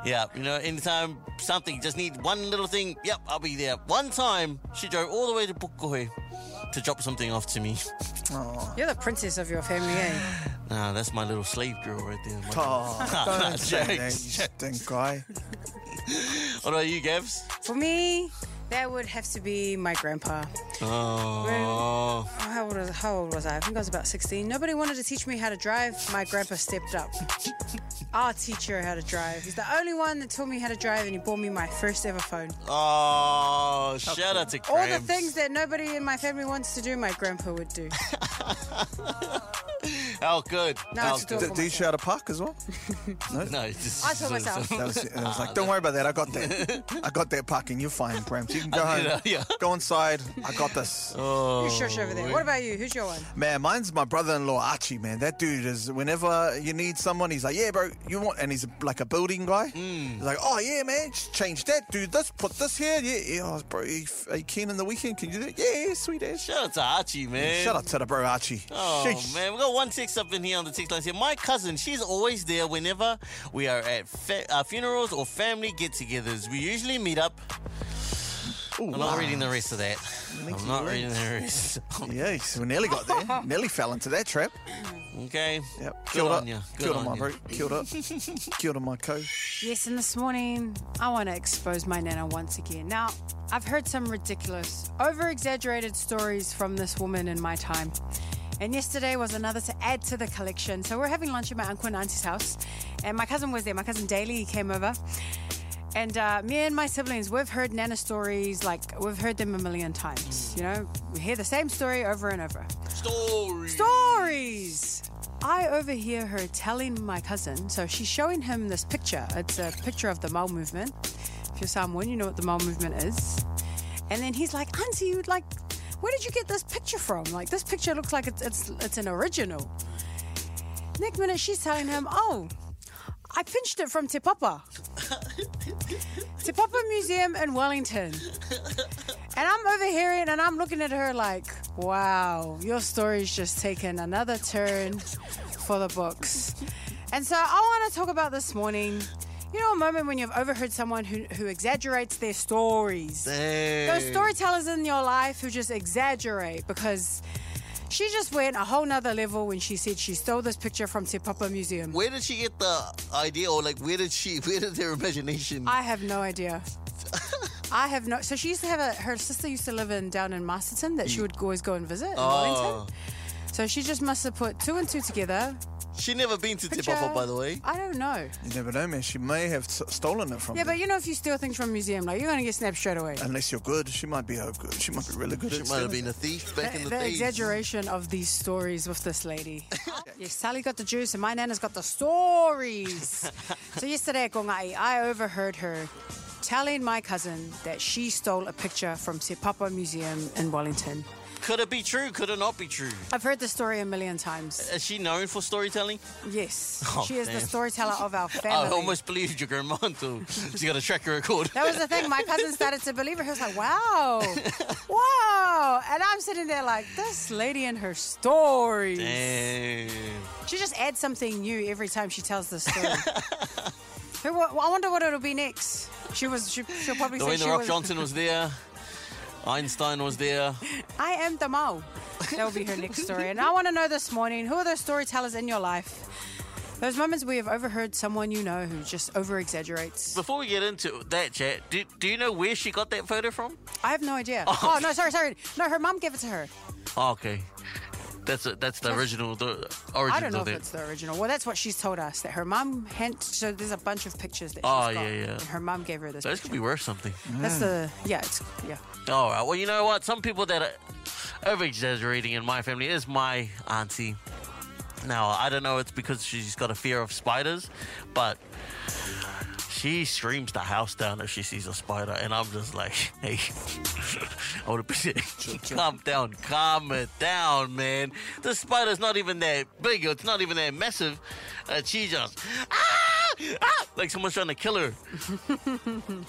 Speaker 4: yeah, you know, anytime something, just need one little thing. Yep, I'll be there. One time, she drove all the way to Pukekohe to drop something off to me.
Speaker 2: You're the princess of your family, eh?
Speaker 4: Nah, that's my little slave girl right there. My-
Speaker 3: Oh,
Speaker 4: Nah, nah,
Speaker 3: don't say that,
Speaker 4: jokes.
Speaker 3: you stink guy.
Speaker 4: What about you, Gabs?
Speaker 2: For me, that would have to be my grandpa.
Speaker 4: Oh,
Speaker 2: Oh, How old, was, how old was I? I think I was about 16. Nobody wanted to teach me how to drive. My grandpa stepped up. I'll teach you how to drive. He's the only one that taught me how to drive, and he bought me my first ever phone.
Speaker 4: oh, shout out to
Speaker 2: All
Speaker 4: Graham.
Speaker 2: the things that nobody in my family wants to do, my grandpa would do.
Speaker 4: How good.
Speaker 2: No,
Speaker 4: How
Speaker 2: it's
Speaker 4: good.
Speaker 2: adorable.
Speaker 3: Did, did you shout a park as well?
Speaker 4: No, just,
Speaker 2: I saw myself.
Speaker 3: That was, it. I
Speaker 4: Uh,
Speaker 3: was like, don't worry about that. I got that. I got that parking. You're fine, Brams. You can go home.
Speaker 4: did, uh, yeah. Oh.
Speaker 3: Go inside. I got this.
Speaker 2: You shush over there. What about you? Who's your one?
Speaker 3: Man, mine's my brother-in-law Archie. Man, that dude is. Whenever you need someone, he's like, "Yeah, bro, you want?" And he's like a building guy.
Speaker 4: Hmm.
Speaker 3: He's like, "Oh yeah, man, just change that, do this, put this here." Yeah, yeah, oh, bro, are you, are you keen on the weekend? Can you do that? Yeah, yeah, sweet ass.
Speaker 4: Shout out to
Speaker 2: Mm,
Speaker 4: Archie, man.
Speaker 3: Shut up to the bro, Archie.
Speaker 4: Oh
Speaker 3: Sheesh.
Speaker 4: man, we got one text up in here on the text lines here. My cousin, she's always there whenever we are at fa- uh, funerals or family get-togethers. We usually meet up.
Speaker 3: Ooh, ah.
Speaker 4: I'm
Speaker 3: wow.
Speaker 4: not reading the rest of that. I'm not reading the rest.
Speaker 3: Yes, we nearly got there. nearly fell into that trap.
Speaker 4: okay.
Speaker 3: Yep.
Speaker 4: Good
Speaker 3: Killed
Speaker 4: on
Speaker 3: up.
Speaker 4: you. Good
Speaker 3: Killed
Speaker 4: on
Speaker 3: my
Speaker 4: ya.
Speaker 3: bro. Killed up. Killed my co.
Speaker 2: Yes, and this morning I want to expose my nana once again. Now, I've heard some ridiculous, over exaggerated stories from this woman in my time. And yesterday was another to add to the collection. So we're having lunch at my uncle and auntie's house, and my cousin was there. My cousin Daly he came over. And uh, me and my siblings, we've heard Nana stories like we've heard them a million times. You know, we hear the same story over and over
Speaker 4: Story.
Speaker 2: stories. I overhear her telling my cousin, so she's showing him this picture. It's a picture of the Mau movement. If you're Samoan, you know what the Mau movement is. And then he's like, Auntie, you like, where did you get this picture from? Like, this picture looks like it's it's, it's an original. Next minute, she's telling him, Oh, I pinched it from Te Papa. Te Papa Museum in Wellington. And I'm overhearing and I'm looking at her like, wow, your story's just taken another turn for the books. And so I want to talk about this morning. You know, a moment when you've overheard someone who, who exaggerates their stories. Those
Speaker 4: Hey.
Speaker 2: storytellers in your life who just exaggerate because she just went a whole nother level when she said she stole this picture from Te Papa Museum.
Speaker 4: Where did she get the idea, or like, where did she? Where did her imagination?
Speaker 2: I have no idea. I have no. So she used to have a. Her sister used to live in down in Masterton
Speaker 4: Mm.
Speaker 2: that she would always go and visit in
Speaker 4: Oh.
Speaker 2: Wellington. So she just must have put two and two together.
Speaker 4: she never been to Te
Speaker 2: Picture-
Speaker 4: Papa, by the way.
Speaker 2: I don't know.
Speaker 3: You never know, man. She may have s- stolen it from
Speaker 2: Yeah,
Speaker 3: you.
Speaker 2: but you know, if you steal things from a museum, like you're gonna get snapped straight away.
Speaker 3: Unless you're good, she might be oh, good. She might be really good.
Speaker 4: She
Speaker 3: at
Speaker 4: might have
Speaker 3: stealing.
Speaker 4: been a thief back in the,
Speaker 2: the
Speaker 4: days.
Speaker 2: exaggeration of these stories with this lady. yes, Sally got the juice and my nana's got the stories. so yesterday at Gongai, I overheard her telling my cousin that she stole a picture from Te Papa Museum in Wellington.
Speaker 4: Could it be true? Could it not be true?
Speaker 2: I've heard the story a million times.
Speaker 4: Is she known for storytelling?
Speaker 2: Yes.
Speaker 4: Oh,
Speaker 2: she is the
Speaker 4: damn.
Speaker 2: storyteller of our family.
Speaker 4: I almost believed your grandma until she got a track record.
Speaker 2: That was the thing. My cousin started to believe it. He was like, wow, wow. And I'm sitting there like, this lady and her stories.
Speaker 4: Damn.
Speaker 2: She just adds something new every time she tells the story. Who, wa- I wonder what it'll be next. She was. She, she'll probably say
Speaker 4: Dwayne
Speaker 2: she
Speaker 4: the Rock
Speaker 2: was.
Speaker 4: Johnson was there. Einstein was there.
Speaker 2: I am the mole. That'll be her next story. And I want to know this morning who are those storytellers in your life? Those moments where you've overheard someone you know who just over exaggerates.
Speaker 4: Before we get into that chat, do, do you know where she got that photo from?
Speaker 2: I have no idea. Oh, no, sorry, sorry. No, her mom gave it to her.
Speaker 4: Oh, okay. That's a, that's the original the origin
Speaker 2: I don't know
Speaker 4: of
Speaker 2: if
Speaker 4: it.
Speaker 2: it's the original. Well, that's what she's told us that her mom hand. So there's a bunch of pictures that.
Speaker 4: Oh,
Speaker 2: she's got,
Speaker 4: yeah, yeah.
Speaker 2: And her mom gave her this.
Speaker 4: Those could be
Speaker 2: picture.
Speaker 4: worth something.
Speaker 2: That's the yeah. It's yeah.
Speaker 4: All right. Well, you know what? Some people that are over exaggerating in my family is my auntie. Now, I don't know it's because she's got a fear of spiders, but she screams the house down if she sees a spider. And I'm just like, hey, I would appreciate calm down, calm it down, man. The spider's not even that big, it's not even that massive. And she just, ah! Ah! Like someone's trying to kill her.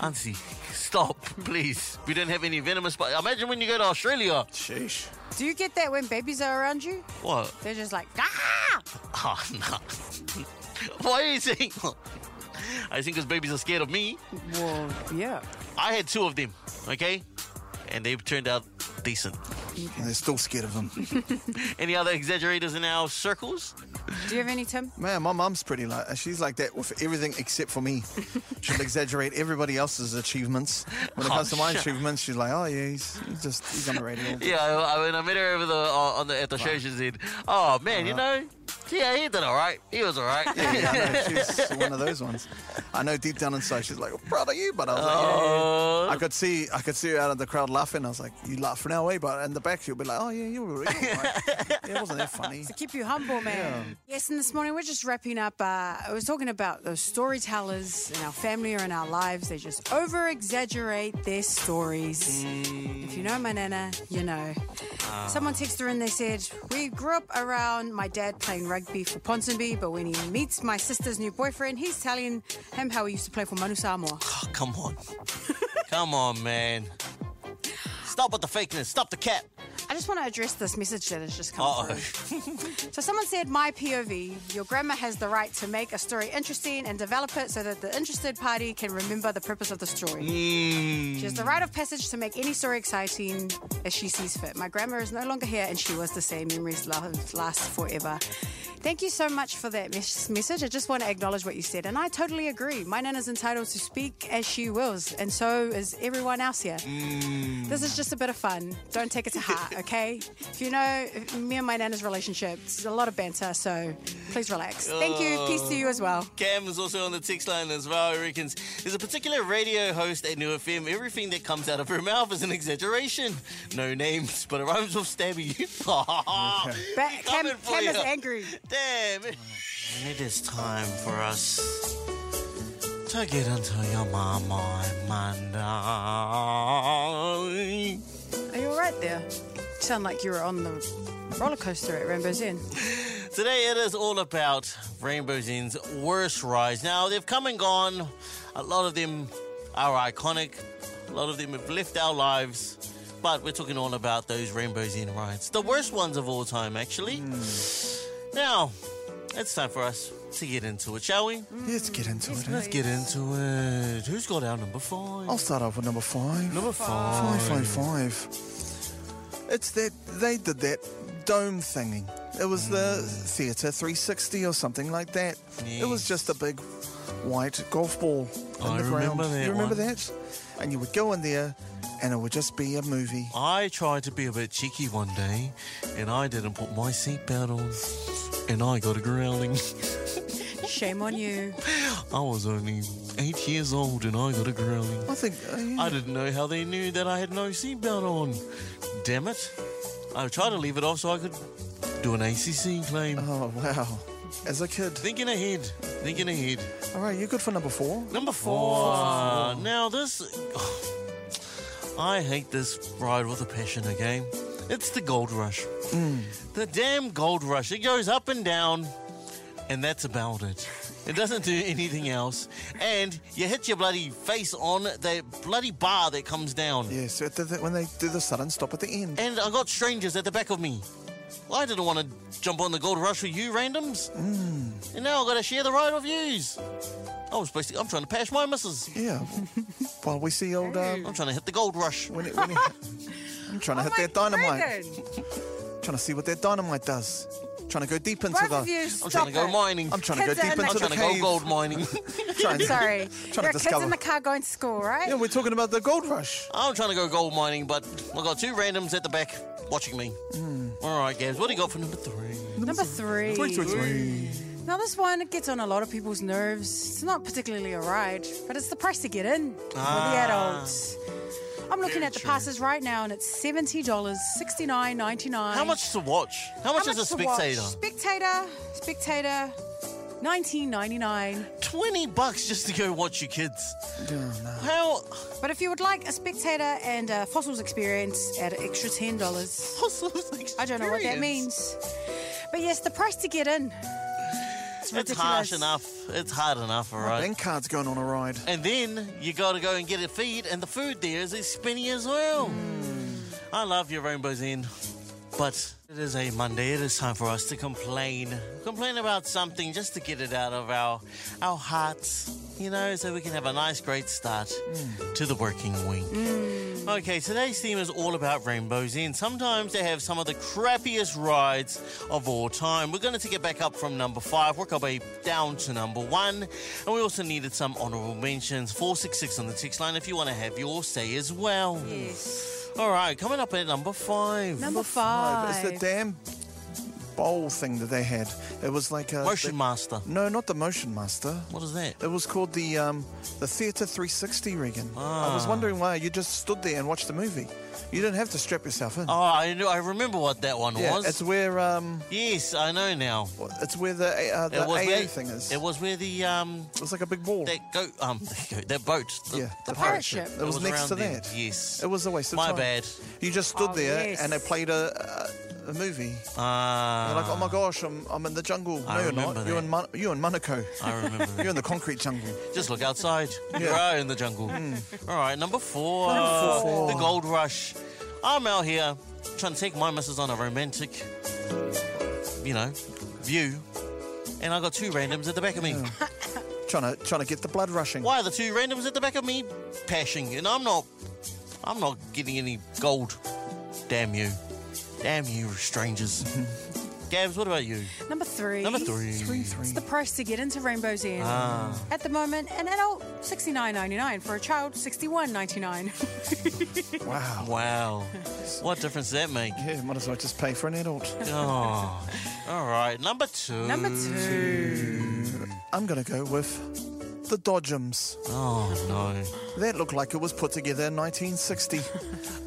Speaker 4: Auntie, stop, please. We don't have any venomous spiders. Imagine when you go to Australia.
Speaker 3: Sheesh.
Speaker 2: Do you get that when babies are around you?
Speaker 4: What?
Speaker 2: They're just like, ah!
Speaker 4: Oh, no. Why are you saying? I think because babies are scared of me.
Speaker 2: Well, yeah.
Speaker 4: I had two of them, okay? And they turned out decent.
Speaker 3: They're still scared of them.
Speaker 4: Any other exaggerators in our circles?
Speaker 2: Do you have any, Tim?
Speaker 3: Man, my mum's pretty like uh, she's like that with everything except for me. She'll exaggerate everybody else's achievements. When it
Speaker 4: Oh,
Speaker 3: comes to my
Speaker 4: shit.
Speaker 3: achievements, she's like, oh yeah, he's, he's just he's underrated. all the
Speaker 4: Yeah, I, I mean, I met her over the uh, on the at the show. She said, "Oh man, you know, yeah, he did all right. He was all right."
Speaker 3: Uh-huh. Yeah, I know. She's one of those ones. I know deep down inside she's like, proud of you, but I was like, yeah, yeah, yeah. I
Speaker 4: Uh,
Speaker 3: could see I could see her out of the crowd laughing. I was like, you laugh now, way, but in the back you'll be like, oh yeah, you were right. Yeah, it wasn't that funny.
Speaker 2: Keep you humble, man. Yes, and this morning we're just wrapping up. Uh, I was talking about those storytellers in our family or in our lives. They just over exaggerate their stories. If you know my nana, you know. Someone texted her and they said, We grew up around my dad playing rugby for Ponsonby, but when he meets my sister's new boyfriend, he's telling him how he used to play for Manu Samoa.
Speaker 4: oh, come on, come on, man. Stop with the fakeness. Stop the cap.
Speaker 2: I just want to address this message that has just come
Speaker 4: Uh
Speaker 2: through. So someone said, "My POV. Your grandma has the right to make a story interesting and develop it so that the interested party can remember the purpose of the story. She has the right of passage to make any story exciting as she sees fit. My grandma is no longer here, and she was the same. Memories love last forever." Thank you so much for that mes- message. I just want to acknowledge what you said, and I totally agree. My nana's entitled to speak as she wills, and so is everyone else here.
Speaker 4: Mm.
Speaker 2: This is just a bit of fun. Don't take it to heart, okay? If you know me and my nana's relationship, it's a lot of banter, so please relax. Thank you. Peace to you as well.
Speaker 4: Cam is also on the text line as well. He reckons there's a particular radio host at New FM. Everything that comes out of her mouth is an exaggeration. No names, but it rhymes with stabby.
Speaker 2: But
Speaker 4: We're
Speaker 2: Cam,
Speaker 4: coming for
Speaker 2: Cam is
Speaker 4: ya.
Speaker 2: angry.
Speaker 4: Damn. And it is time for us to get into your mama Monday.
Speaker 2: Are you all right there? You sound like you were on the roller coaster at Rainbow's End.
Speaker 4: Today it is all about Rainbow's End's worst rides. Now they've come and gone. A lot of them are iconic. A lot of them have left our lives. But we're talking all about those Rainbow's End rides. The worst ones of all time, actually. Now, it's time for us to get into it, shall we?
Speaker 3: Let's get into it. eh?
Speaker 4: Let's get into it. Who's got our number five?
Speaker 3: I'll start off with number five.
Speaker 4: Number
Speaker 3: Five,
Speaker 4: five.
Speaker 3: five, five. It's that they did that dome thingy. It was
Speaker 4: Mm.
Speaker 3: the Theatre 360 or something like that. It was
Speaker 4: Yes.
Speaker 3: just a big white golf ball in
Speaker 4: I
Speaker 3: the ground.
Speaker 4: remember that
Speaker 3: you remember
Speaker 4: one.
Speaker 3: that? And you would go in there, and it would just be a movie.
Speaker 4: I tried to be a bit cheeky one day, and I didn't put my seatbelt on, and I got a growling.
Speaker 2: Shame on you.
Speaker 4: I was only eight years old, and I got a growling.
Speaker 3: I think. Uh, yeah.
Speaker 4: I didn't know how they knew that I had no seatbelt on. Damn it! I tried to leave it off so I could do an ACC claim.
Speaker 3: oh wow! As a kid.
Speaker 4: Thinking ahead, thinking ahead.
Speaker 3: All right, you're good for number four.
Speaker 4: Number four. Now this, oh, I hate this ride with a passion. Okay, it's the Gold Rush. The damn Gold Rush. It goes up and down, and that's about it. It doesn't do anything else. And you hit your bloody face on the bloody bar that comes down.
Speaker 3: Yeah, so the, the, when they do the sudden stop at the end.
Speaker 4: And I got strangers at the back of me. I didn't want to jump on the gold rush with you randoms. And now I've got to share the ride with yous. I was supposed to, I'm trying to pass my missus.
Speaker 3: Yeah. Well, we see old. Um,
Speaker 4: I'm trying to hit the gold rush.
Speaker 3: when it, when it, I'm
Speaker 2: Oh
Speaker 3: trying to hit that dynamite. Trying to see what that dynamite does. Trying to go deep into
Speaker 2: Both
Speaker 3: the.
Speaker 2: of you,
Speaker 4: I'm
Speaker 2: stop
Speaker 4: trying to go
Speaker 2: it.
Speaker 4: mining.
Speaker 3: I'm trying to go
Speaker 2: Kids are
Speaker 3: deep
Speaker 2: in
Speaker 4: I'm
Speaker 3: into
Speaker 2: the
Speaker 3: the
Speaker 4: trying to
Speaker 3: cave.
Speaker 4: go gold mining.
Speaker 3: Trying to-
Speaker 2: Sorry.
Speaker 3: to
Speaker 2: There are kids
Speaker 3: discover.
Speaker 2: in the car going to school, right?
Speaker 3: Yeah, we're talking about the gold rush.
Speaker 4: I'm trying to go gold mining, but I got two randoms at the back watching me. All right, Gabs, what do you got for number three?
Speaker 2: Number three. Now, this one it gets on a lot of people's nerves. It's not particularly a ride, but it's the price to get in for the
Speaker 4: Ah.
Speaker 2: adults. I'm looking
Speaker 4: Very
Speaker 2: at the
Speaker 4: true.
Speaker 2: passes right now, and it's seventy dollars, sixty nine ninety nine.
Speaker 4: How much to watch? How much, is a
Speaker 2: to watch?
Speaker 4: spectator?
Speaker 2: Spectator, spectator, nineteen ninety nine.
Speaker 4: 20 bucks just to go watch your kids. How?
Speaker 2: But if you would like a spectator and a fossils experience, at an extra ten dollars.
Speaker 4: What's this
Speaker 2: I don't know what that
Speaker 4: experience?
Speaker 2: means. But yes, the price to get in. It's
Speaker 4: It's
Speaker 2: ridiculous.
Speaker 4: harsh enough. It's hard enough, all right?
Speaker 3: Bank card's going on a ride.
Speaker 4: And then you got to go and get a feed, and the food there is spinny as well. I love your Rainbow's End, but it is a Monday. It is time for us to complain. Complain about something just to get it out of our, our hearts, you know, so we can have a nice, great start to the working week. Okay, today's theme is all about Rainbow's End. Sometimes they have some of the crappiest rides of all time. We're going to take it back up from number five, work our way down to number one, and we also needed some honourable mentions. 466 on the text line if you want to have your say as well.
Speaker 2: Yes.
Speaker 4: All right, coming up at number five.
Speaker 2: Number five.
Speaker 3: It's the damn bowl thing that they had. It was like a
Speaker 4: Motion Master.
Speaker 3: No, not the Motion Master.
Speaker 4: What is that?
Speaker 3: It was called the um, the Theatre 360, Regan. I
Speaker 4: Ah.
Speaker 3: was wondering why you just stood there and watched the movie. You didn't have to strap yourself in.
Speaker 4: Oh, I, know, I remember what that one
Speaker 3: yeah,
Speaker 4: was.
Speaker 3: it's where um,
Speaker 4: Yes, I know now.
Speaker 3: it's where the uh, the
Speaker 4: it was
Speaker 3: AA
Speaker 4: where,
Speaker 3: thing is.
Speaker 4: It was where the um
Speaker 3: It was like a big ball.
Speaker 4: that goat um that boat the,
Speaker 3: yeah,
Speaker 4: the
Speaker 2: parachute.
Speaker 3: It was, next
Speaker 4: around
Speaker 3: to
Speaker 4: then.
Speaker 3: that.
Speaker 4: Yes.
Speaker 3: It was a waste of
Speaker 4: My
Speaker 3: time.
Speaker 4: bad.
Speaker 3: You just stood
Speaker 2: Oh,
Speaker 3: there
Speaker 2: yes.
Speaker 3: and they played a, a, a movie.
Speaker 4: Ah,
Speaker 3: You're like, oh my gosh, I'm, I'm in the jungle.
Speaker 4: I
Speaker 3: no, you're not.
Speaker 4: remember
Speaker 3: You're
Speaker 4: that.
Speaker 3: in Mon- you're in Monaco.
Speaker 4: I remember.
Speaker 3: you're
Speaker 4: that.
Speaker 3: in the concrete jungle.
Speaker 4: Just look outside. You
Speaker 3: Yeah. Hmm.
Speaker 4: are in the jungle. All right, number four,
Speaker 3: Number four.
Speaker 4: the gold rush. I'm out here trying to take my missus on a romantic, you know, view, and I got two randoms at the back of me.
Speaker 3: Trying to trying to get the blood rushing.
Speaker 4: Why are the two randoms at the back of me pashing? And I'm not, I'm not getting any gold. Damn you, damn you, strangers. Gabs, what about you?
Speaker 2: Number three.
Speaker 4: Number three. Ah.
Speaker 3: Three three.
Speaker 2: It's the price to get into Rainbow's End. At the moment, an adult sixty nine ninety nine for a child sixty one ninety nine.
Speaker 4: Hmm.
Speaker 3: Wow.
Speaker 4: Wow, what difference does that make?
Speaker 3: Yeah, might as well just pay for an adult.
Speaker 4: Oh, all right. Number two.
Speaker 2: Number two.
Speaker 3: I'm gonna go with the Dodgems.
Speaker 4: Oh no.
Speaker 3: That looked like it was put together in 1960.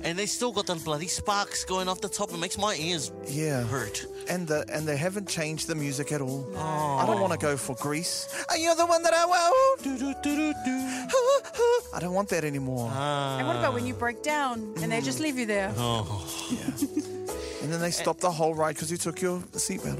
Speaker 4: And they still got the bloody sparks going off the top. It makes my ears
Speaker 3: Yeah.
Speaker 4: hurt.
Speaker 3: and the and they haven't changed the music at all. I don't want to go for Greece. Are you the one that I want? Do, do, do, do, do. Huh, huh. I don't want that anymore.
Speaker 4: Uh,
Speaker 2: And what about when you break down and they just leave you there?
Speaker 4: Oh.
Speaker 3: and then they
Speaker 4: eh.
Speaker 3: stopped the whole ride because you took your seatbelt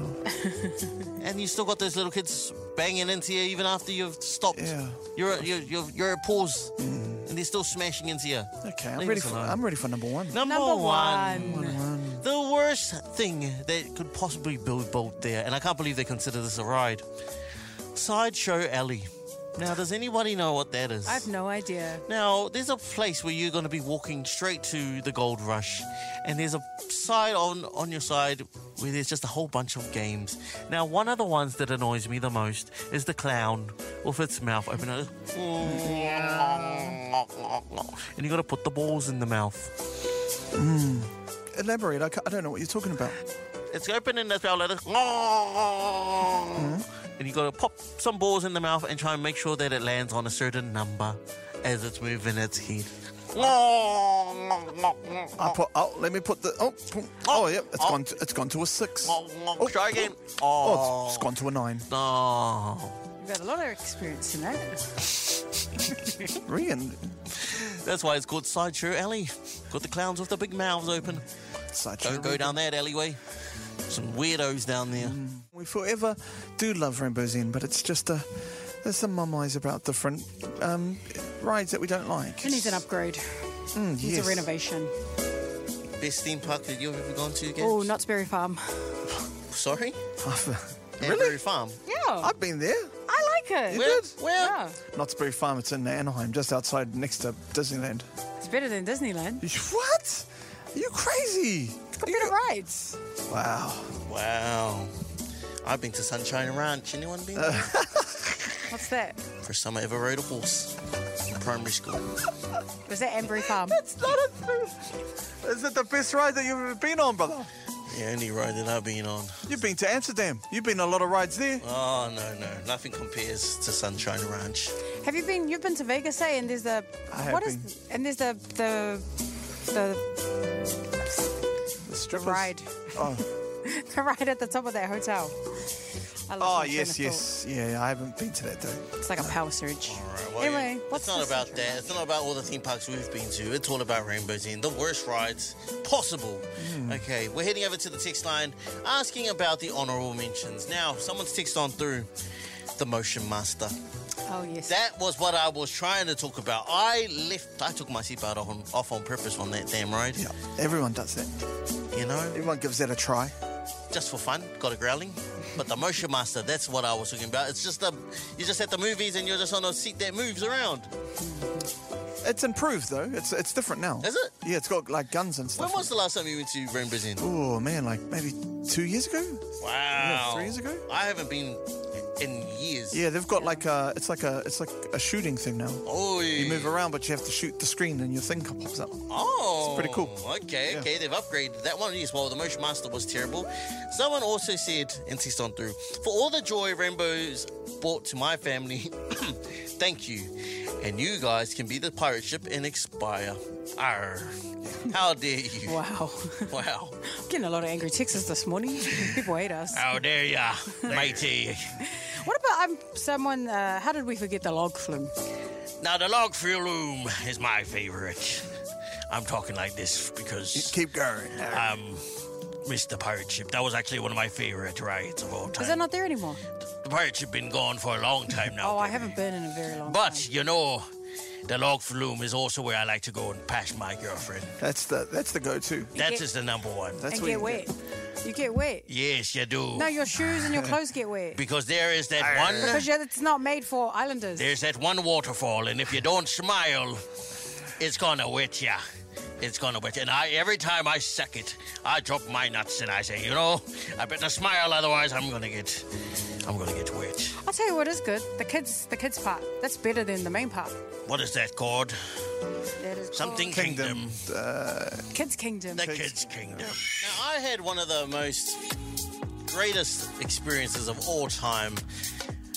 Speaker 3: off.
Speaker 4: And you still got those little kids banging into you even after you've stopped.
Speaker 3: Yeah. Mm.
Speaker 4: You're at, you're, you're, you're at pause. And they're still smashing into you.
Speaker 3: Okay, I'm
Speaker 4: Leave
Speaker 3: ready
Speaker 4: us
Speaker 3: for
Speaker 4: alone.
Speaker 3: I'm ready for number one.
Speaker 4: Number,
Speaker 2: Number
Speaker 4: one.
Speaker 2: one.
Speaker 4: The worst thing that could possibly build boat there, and I can't believe they consider this a ride. Sideshow Alley. Now, does anybody know what that is?
Speaker 2: I have no idea.
Speaker 4: Now, there's a place where you're going to be walking straight to the gold rush, and there's a side on on your side where there's just a whole bunch of games. Now, one of the ones that annoys me the most is the clown with its mouth open, and you got to put the balls in the mouth.
Speaker 3: Elaborate. I, ca- I don't know what you're talking about.
Speaker 4: It's open in the mouth like this, and you got to pop some balls in the mouth and try and make sure that it lands on a certain number as it's moving its head.
Speaker 3: I put. Oh, let me put the. Oh, oh, oh yep. It's gone. To, it's gone to a six.
Speaker 4: Oh, oh, try again. Ah.
Speaker 3: Oh, it's, it's gone to a nine.
Speaker 4: No.
Speaker 2: You've got a lot of experience in that.
Speaker 3: Regan,
Speaker 4: That's why it's called Sideshow Alley. Got the clowns with the big mouths open.
Speaker 3: such a
Speaker 4: Don't go
Speaker 3: Regan.
Speaker 4: down that alleyway. Some weirdos down there.
Speaker 3: We forever do love Rainbow's End, but it's just a there's some mummies about different um, rides that we don't like.
Speaker 2: It needs an upgrade.
Speaker 4: Hmm,
Speaker 3: Mm,
Speaker 2: Needs
Speaker 3: yes.
Speaker 2: a renovation.
Speaker 4: Best theme park that you've ever gone to, Gav?
Speaker 2: Oh, Knott's Berry Farm.
Speaker 4: Sorry?
Speaker 3: uh, really?
Speaker 4: Antbury Farm.
Speaker 2: Yeah, I,
Speaker 3: I've been there.
Speaker 2: like it.
Speaker 4: Well,
Speaker 3: did?
Speaker 4: well.
Speaker 2: Yeah.
Speaker 3: Knott's Berry Farm. It's in Anaheim, just outside, next to Disneyland.
Speaker 2: It's better than Disneyland.
Speaker 3: What? Are you crazy?
Speaker 2: It's got better rides.
Speaker 3: Wow.
Speaker 4: Wow. I've been to Sunshine Ranch. Anyone been
Speaker 3: Uh.
Speaker 4: there?
Speaker 2: What's that?
Speaker 4: First time I ever rode a horse in primary school.
Speaker 2: Was that Ambury Farm?
Speaker 3: It's not a. Is it the best ride that you've ever been on, brother?
Speaker 4: The only ride that I've been on.
Speaker 3: You've been to Amsterdam. You've been on a lot of rides there.
Speaker 4: Oh, no, no. Nothing compares to Sunshine Ranch.
Speaker 2: Have you been? You've been to Vegas, eh? And there's the
Speaker 3: I have
Speaker 2: what is-
Speaker 3: been.
Speaker 2: and there's the the the
Speaker 3: The strippers.
Speaker 2: ride,
Speaker 3: Oh,
Speaker 2: the ride at the top of that hotel. I lost
Speaker 3: Oh
Speaker 2: my train
Speaker 3: yes,
Speaker 2: of
Speaker 3: yes, yeah. I haven't been to that
Speaker 2: thought.
Speaker 3: though.
Speaker 2: It's like a power surge.
Speaker 4: Right, well,
Speaker 2: anyway,
Speaker 4: yeah,
Speaker 2: what's
Speaker 4: it's not
Speaker 2: this
Speaker 4: about
Speaker 2: surgery?
Speaker 4: that. It's not about all the theme parks we've been to. It's all about Rainbow's End, the worst rides possible.
Speaker 2: Hmm.
Speaker 4: Okay, we're heading over to the text line, asking about the honourable mentions. Now, someone's text on through the Motion Master.
Speaker 2: Oh yes.
Speaker 4: That was what I was trying to talk about. I left. I took my seatbelt on, off on purpose on that damn road.
Speaker 3: Yeah, everyone does that.
Speaker 4: You know,
Speaker 3: Everyone gives that a try.
Speaker 4: just for fun, got a growling. But the motion master, that's what I was talking about. It's just the you're just at the movies and you're just on a seat that moves around.
Speaker 3: It's improved though. It's it's different now.
Speaker 4: Is it?
Speaker 3: Yeah, it's got like guns and
Speaker 4: When
Speaker 3: stuff.
Speaker 4: was the last time you went to Rainbow's End?
Speaker 3: Oh man, like maybe two years ago.
Speaker 4: Wow.
Speaker 3: three years ago?
Speaker 4: I haven't been in years.
Speaker 3: Yeah, they've got like a it's like a it's like a shooting thing now.
Speaker 4: Oh,
Speaker 3: You move around, but you have to shoot the screen, and your thing pops up.
Speaker 4: Oh,
Speaker 3: It's pretty cool.
Speaker 4: Okay,
Speaker 3: Yeah.
Speaker 4: okay, they've upgraded that one. Yes, well, the Motion Master was terrible. Someone also said, insist on through, for all the joy Rainbow's brought to my family, thank you. And you guys can be the pirate ship and expire. Arr. How dare you?
Speaker 2: Wow.
Speaker 4: Wow.
Speaker 2: Getting a lot of angry texts this morning. People hate us.
Speaker 4: How dare ya, matey.
Speaker 2: What about um, someone? Uh, how did we forget the log flume?
Speaker 4: Now, the log flume is my favorite. I'm talking like this because
Speaker 3: Keep going.
Speaker 4: um, Mr. Pirate Ship, that was actually one of my favorite rides of all time.
Speaker 2: Is that not there anymore?
Speaker 4: The pirates have been gone for a long time now.
Speaker 2: Oh, I haven't been in a very long
Speaker 4: But
Speaker 2: time.
Speaker 4: you know, the log flume is also where I like to go and pass my girlfriend.
Speaker 3: That's the that's the go-to.
Speaker 4: That
Speaker 2: get-
Speaker 4: is the number one.
Speaker 3: That's
Speaker 2: and
Speaker 3: where
Speaker 2: get
Speaker 3: you
Speaker 2: wet. You get wet.
Speaker 4: Yes, you do.
Speaker 2: No, your shoes and your clothes get wet
Speaker 4: because there is that
Speaker 2: because
Speaker 4: one.
Speaker 2: yeah, it's not made for islanders.
Speaker 4: There's that one waterfall, and if you don't smile, it's gonna wet ya. It's gonna wet. ya. And I, every time I suck it, I drop my nuts and I say, you know, I better smile, otherwise I'm gonna get, I'm gonna get wet.
Speaker 2: I'll tell you what is good. The kids, the kids part. That's better than the main part.
Speaker 4: What is that called?
Speaker 2: That is
Speaker 4: Something
Speaker 2: called
Speaker 4: kingdom.
Speaker 2: Kids Kingdom.
Speaker 4: The Kids Kingdom. Now, I had one of the most greatest experiences of all time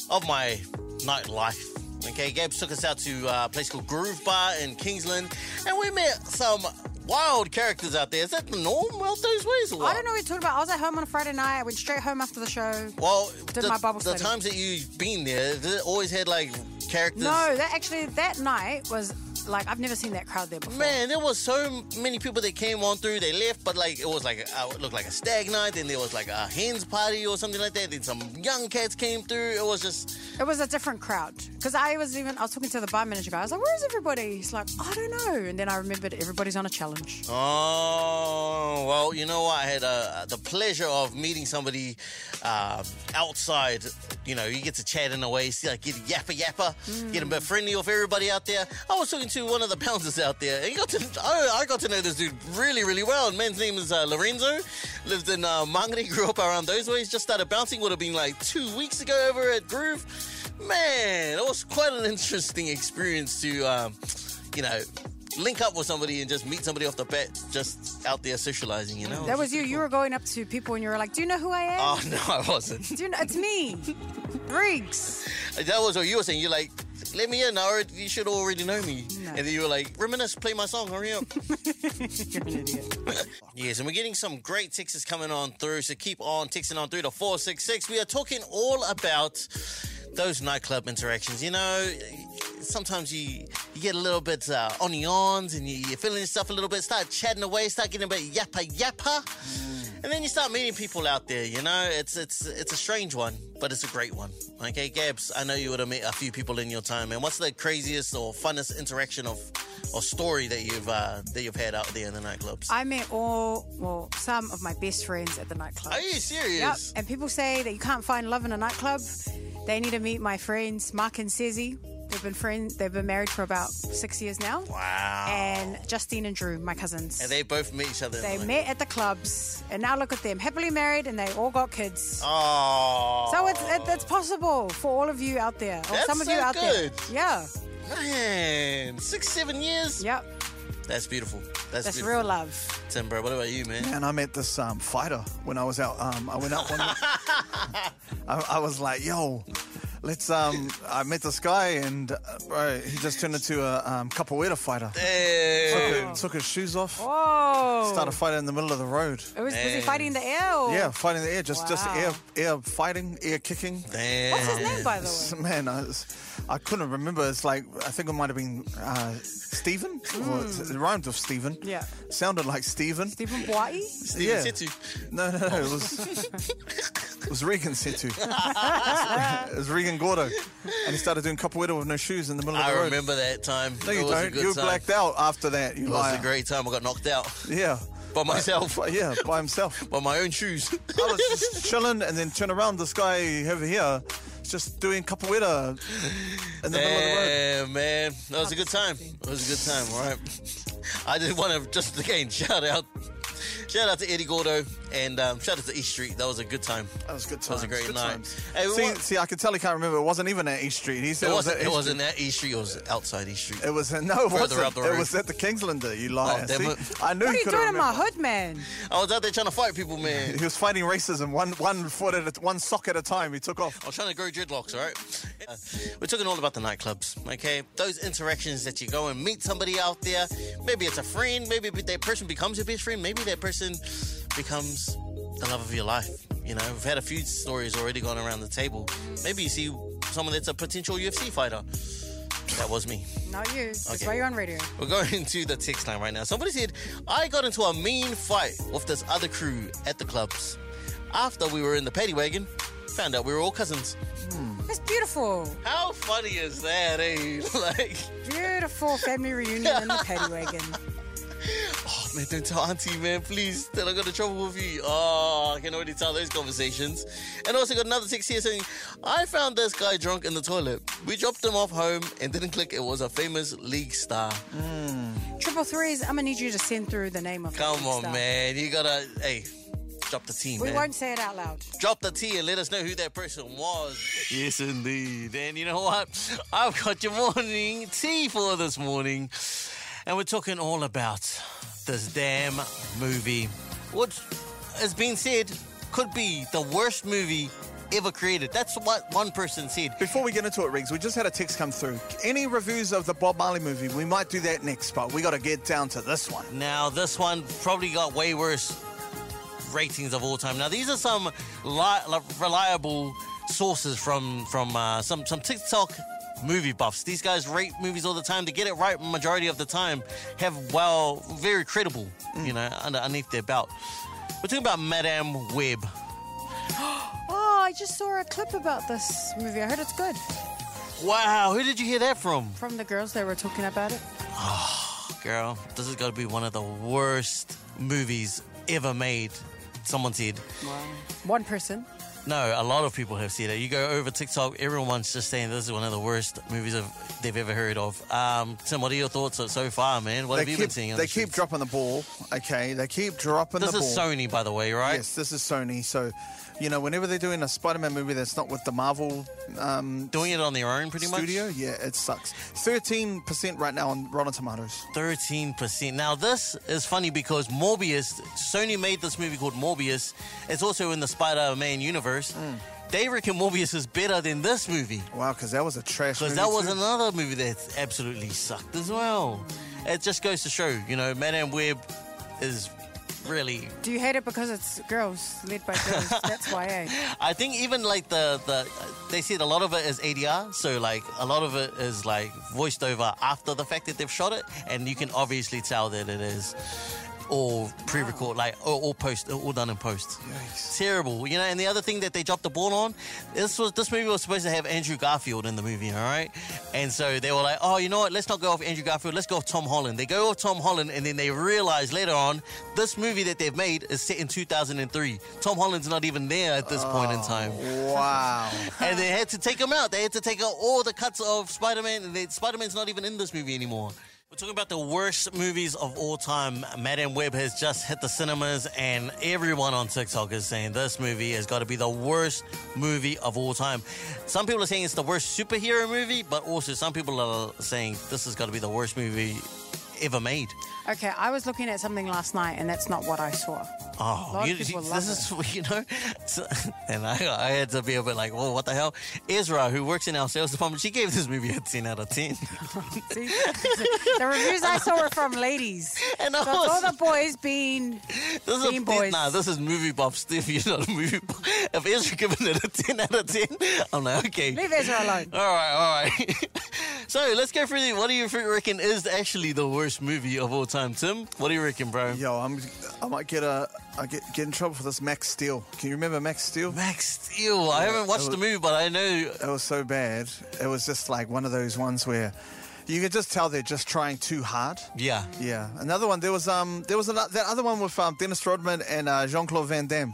Speaker 4: of my nightlife. Okay, Gabs took us out to uh, a place called Groove Bar in Kingsland, and we met some wild characters out there. Is that the norm out those ways? Or what?
Speaker 2: I don't know what you're talking about. I was at home on a Friday night. I went straight home after the show.
Speaker 4: Well,
Speaker 2: Did
Speaker 4: the,
Speaker 2: my Bible
Speaker 4: the
Speaker 2: study.
Speaker 4: times that you've been there, they always had like characters.
Speaker 2: No, that actually that night was like I've never seen that crowd there before.
Speaker 4: Man, there was so many people that came on through. They left, but like it was like uh, it looked like a stag night. Then there was like a hens party or something like that. Then some young cats came through. It was just
Speaker 2: It was a different crowd because I was even I was talking to the bar manager guy. I was like, "Where is everybody?" He's like, "I don't know." And then I remembered everybody's on a challenge.
Speaker 4: oh well. You know what? I had uh, the pleasure of meeting somebody uh, outside. You know, you get to chat in a way, see, like get yapper yapper, get a bit friendly with everybody out there. I was talking to one of the bouncers out there, and he got to I, I got to know this dude really really well. And man's name is uh, Lorenzo, lived in uh, Mangere, grew up around those ways. Just started bouncing. Would have been like two weeks ago over at Groove. Man, it was quite an interesting experience to, um, you know, link up with somebody and just meet somebody off the bat, just out there socializing. You know,
Speaker 2: That was you. You were going up to people and you were like, "Do you know who I am?"
Speaker 4: Oh no, I wasn't.
Speaker 2: Do you know, it's me, Riggs.
Speaker 4: That was what you were saying. You're like, let me in. I already, you should already know me.
Speaker 2: No.
Speaker 4: And then you were like, reminisce, play my song, hurry up.
Speaker 2: You're an idiot.
Speaker 4: yes, and we're getting some great texts coming on through. So keep on texting on through to 466. We are talking all about those nightclub interactions. You know, sometimes you you get a little bit uh, on the ons and you, you're feeling yourself a little bit, start chatting away, start getting a bit yappa yappa. And then you start meeting people out there, you know. It's it's it's a strange one, but it's a great one. Okay, Gabs, I know you would have met a few people in your time. And what's the craziest or funnest interaction of or story that you've uh, that you've had out there in the nightclubs?
Speaker 2: I met all, well, some of my best friends at the nightclub.
Speaker 4: Are you
Speaker 2: Yep.
Speaker 4: serious?
Speaker 2: And people say that you can't find love in a nightclub. They need to meet my friends Mark and Sezzy. They've been friends. They've been married for about six years now.
Speaker 4: Wow.
Speaker 2: And Justine and Drew, my cousins.
Speaker 4: And they both met each other. in
Speaker 2: They
Speaker 4: the-
Speaker 2: met at the clubs, and now look at them, happily married, and they all got kids.
Speaker 4: Oh.
Speaker 2: So it's it, it's possible for all of you out there, or
Speaker 4: That's
Speaker 2: some of you
Speaker 4: so
Speaker 2: out
Speaker 4: good.
Speaker 2: there. Yeah,
Speaker 4: man, six seven years.
Speaker 2: yep,
Speaker 4: That's beautiful. That's,
Speaker 2: that's
Speaker 4: beautiful.
Speaker 2: real love.
Speaker 4: Tim, bro. What about you, man?
Speaker 3: And I met this um, fighter when I was out. Um, I went out one. night. I, I was like, "Yo, Let's. Um, I met this guy, and uh, bro, he just turned into a um, capoeira fighter.
Speaker 4: Hey.
Speaker 3: Took, took his shoes off.
Speaker 2: Whoa.
Speaker 3: Started fighting in the middle of the road.
Speaker 2: It was, was he fighting in the air? Or?
Speaker 3: Yeah, fighting the air, just just
Speaker 2: Oh. Wow.
Speaker 3: air air fighting, air kicking.
Speaker 2: What's his name, by the way?
Speaker 3: S- Man, I, was- I couldn't remember. It's like I think it might have been uh, Stephen. Or it's- it rhymed with Stephen.
Speaker 2: Hmm. Yeah.
Speaker 3: sounded like Stephen.
Speaker 2: Stephen Boy?
Speaker 3: yeah.
Speaker 4: Setu.
Speaker 3: No, no, no. It was it was Regan Setu. it was Regan Gordo, and he started doing capoeira with no shoes in the middle of
Speaker 4: I
Speaker 3: the road.
Speaker 4: remember that time.
Speaker 3: No, you
Speaker 4: it was A
Speaker 3: don't.
Speaker 4: good
Speaker 3: You
Speaker 4: time.
Speaker 3: blacked out after that. You
Speaker 4: It was
Speaker 3: liar.
Speaker 4: a great time. I got knocked out
Speaker 3: Yeah.
Speaker 4: by myself,
Speaker 3: But yeah, by himself.
Speaker 4: by my own shoes.
Speaker 3: I was just chilling and then turn around. This guy over here is just doing capoeira in the middle of the road.
Speaker 4: Damn, Eh, man. That was a good time. It was a good time, all right? I just want to, just again, shout out. Shout out to Eddie Gordo and um, shout out to East Street. That was a good time.
Speaker 3: That was good times.
Speaker 4: That was a great
Speaker 3: good
Speaker 4: night.
Speaker 3: times.
Speaker 4: Hey,
Speaker 3: see,
Speaker 4: what-
Speaker 3: see, I can tell he can't remember. It wasn't even at East Street. He said
Speaker 4: It
Speaker 3: it was at
Speaker 4: wasn't, it
Speaker 3: East
Speaker 4: wasn't at East Street. It was outside East Street.
Speaker 3: Street. It was at, no, it
Speaker 4: up
Speaker 3: wasn't.
Speaker 4: the
Speaker 3: It
Speaker 4: road.
Speaker 3: was at the Kingslander. You liar.
Speaker 4: Oh, damn
Speaker 3: see?
Speaker 4: it.
Speaker 3: I knew
Speaker 2: What are
Speaker 3: he
Speaker 2: you
Speaker 3: could
Speaker 2: doing in my
Speaker 3: remember.
Speaker 2: hood, man?
Speaker 4: I was out there trying to fight people, man.
Speaker 3: He was fighting racism one one foot at a, one sock at a time. He took off.
Speaker 4: I was trying to grow dreadlocks, all right? Uh, we're talking all about the nightclubs, okay? Those interactions that you go and meet somebody out there. Maybe it's a friend. Maybe that person becomes your best friend. Maybe that person becomes the love of your life. You know, we've had a few stories already going around the table. Maybe you see someone that's a potential UFC fighter. That was me.
Speaker 2: Not you. That's
Speaker 4: Okay.
Speaker 2: why you're on radio.
Speaker 4: We're going to the text line right now. Somebody said, I got into a mean fight with this other crew at the clubs. After we were in the paddy wagon, found out we were all cousins.
Speaker 2: That's beautiful.
Speaker 4: How funny is that, eh? Like,
Speaker 2: Beautiful family reunion in the paddy wagon.
Speaker 4: oh man, don't tell Auntie, man, please. Then I got in trouble with you. Oh, I can already tell those conversations. And also got another text here saying, I found this guy drunk in the toilet. We dropped him off home and didn't click. It was a famous league star.
Speaker 2: Triple threes, I'm going to need you to send through the name of
Speaker 4: Come
Speaker 2: the
Speaker 4: on,
Speaker 2: star.
Speaker 4: man. You gotta, hey, drop the team,
Speaker 2: We
Speaker 4: man.
Speaker 2: won't say it out loud.
Speaker 4: drop the T and let us know who that person was. Yes, indeed. And you know what? I've got your morning tea for this morning. And we're talking all about this damn movie, which has been said could be the worst movie ever created. That's what one person said.
Speaker 3: Before we get into it, Riggs, we just had a text come through. Any reviews of the Bob Marley movie? We might do that next, but we got to get down to this one.
Speaker 4: Now, this one probably got way worse ratings of all time. Now, these are some li- li- reliable sources from from uh, some some TikTok movie buffs. These guys rate movies all the time. They get it right majority of the time. Have well, very credible, you know, under, underneath their belt. We're talking about Madame Web.
Speaker 2: Oh, I just saw a clip about this movie. I heard it's good.
Speaker 4: Wow, who did you hear that from?
Speaker 2: From the girls that were talking about it.
Speaker 4: Girl, this has got to be one of the worst movies ever made. Someone said.
Speaker 2: One person.
Speaker 4: No, a lot of people have said it. You go over TikTok, everyone's just saying this is one of the worst movies of, they've ever heard of. Um, Tim, what are your thoughts so- so far, man? What have you
Speaker 3: keep,
Speaker 4: been seeing? on
Speaker 3: they
Speaker 4: the
Speaker 3: keep
Speaker 4: streets?
Speaker 3: dropping the ball. Okay, they keep dropping
Speaker 4: This
Speaker 3: the ball.
Speaker 4: is Sony, by the way, right?
Speaker 3: Yes, this is Sony. So, you know, whenever they're doing a Spider-Man movie that's not with the Marvel um,
Speaker 4: Doing it on their own, pretty
Speaker 3: studio,
Speaker 4: much.
Speaker 3: yeah, it sucks. Thirteen percent right now on Rotten Tomatoes.
Speaker 4: Thirteen percent. Now this is funny because Morbius, Sony made this movie called Morbius. It's also in the Spider-Man universe.
Speaker 3: Mm.
Speaker 4: They reckon Morbius is better than this movie.
Speaker 3: Wow, because that was a trash.
Speaker 4: Because
Speaker 3: movie
Speaker 4: that was
Speaker 3: too.
Speaker 4: another movie that absolutely sucked as well. It just goes to show, you know, Madame Web is really.
Speaker 2: Do you hate it because it's girls, led by girls? That's why, eh?
Speaker 4: I think even like the the they said a lot of it is ADR, so like a lot of it is like voiced over after the fact that they've shot it, and you can obviously tell that it is all pre-record, like all, all post, all done in post.
Speaker 3: Yikes.
Speaker 4: Terrible, you know. And the other thing that they dropped the ball on, this was this movie was supposed to have Andrew Garfield in the movie, all right. And so they were like, oh, you know what? Let's not go off Andrew Garfield. Let's go off Tom Holland. They go off Tom Holland, and then they realize later on this movie that they've made is set in 2003. Tom Holland's not even there at this point in time
Speaker 3: Wow.
Speaker 4: and they had to take him out. They had to take out all the cuts of Spider Man. Spider Man's not even in this movie anymore. We're talking about the worst movies of all time. Madame Web has just hit the cinemas, and everyone on TikTok is saying this movie has got to be the worst movie of all time. Some people are saying it's the worst superhero movie, but also some people are saying this has got to be the worst movie ever made.
Speaker 2: Okay, I was looking at something last night and that's not what I saw.
Speaker 4: Oh,
Speaker 2: lot of
Speaker 4: you,
Speaker 2: people
Speaker 4: this
Speaker 2: love
Speaker 4: is you know, it's and I, I had to be a bit like, whoa, what the hell? Ezra, who works in our sales department, she gave this movie a ten out of ten,
Speaker 2: See? the reviews I saw were from ladies.
Speaker 4: and I
Speaker 2: So it's all
Speaker 4: was
Speaker 2: the boys being
Speaker 4: this is a,
Speaker 2: teen
Speaker 4: this,
Speaker 2: boys.
Speaker 4: nah, this is movie buff Steve. You're not a movie buff. If Ezra given it a ten out of ten, I'm like, okay,
Speaker 2: leave Ezra alone.
Speaker 4: All right, all right. so let's go through the, what do you think- reckon is actually the worst movie of all time, Tim? What do you reckon, bro?
Speaker 3: Yo, I'm, I might get a, I get get in trouble for this Max Steel. Can you remember Max Steel?
Speaker 4: Max Steel. I haven't watched the
Speaker 3: was-
Speaker 4: movie, but I know.
Speaker 3: It was so bad. It was just like one of those ones where you could just tell they're just trying too hard.
Speaker 4: Yeah.
Speaker 3: Yeah. Another one. There was um. There was ano- that other one with um, Dennis Rodman and uh, Jean Claude Van Damme.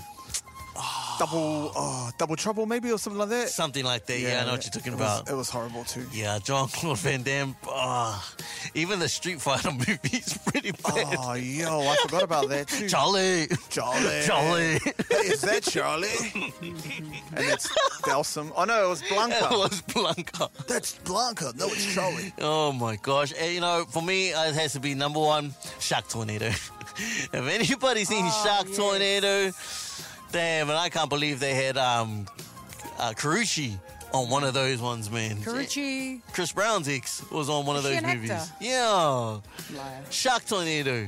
Speaker 4: Ah.
Speaker 3: Double, oh, double trouble maybe or something like that.
Speaker 4: Something like that. Yeah, I know what you're talking
Speaker 3: it was-
Speaker 4: about.
Speaker 3: It was horrible too.
Speaker 4: yeah, John Claude Van Damme. ah, even the Street Fighter movie is pretty bad.
Speaker 3: Oh, yo, I forgot about that too.
Speaker 4: Charlie.
Speaker 3: Charlie.
Speaker 4: Charlie.
Speaker 3: Hey, is that Charlie? and it's Balsam. Oh no, it was
Speaker 4: That
Speaker 3: Blanca.
Speaker 4: was Blanca.
Speaker 3: That's Blanca. No, it's Charlie.
Speaker 4: Oh my gosh. And, you know, for me, uh, it has to be number one Shark Tornado. if anybody's seen Shark
Speaker 2: yes.
Speaker 4: Tornado, damn, and I can't believe they had um, uh, Karuchi on one of those ones, man.
Speaker 2: Karuchi,
Speaker 4: Chris Brown's ex was on one of
Speaker 2: Is
Speaker 4: those
Speaker 2: she an
Speaker 4: movies.
Speaker 2: actor?
Speaker 4: Yeah.
Speaker 2: liar.
Speaker 4: Shark Tornado.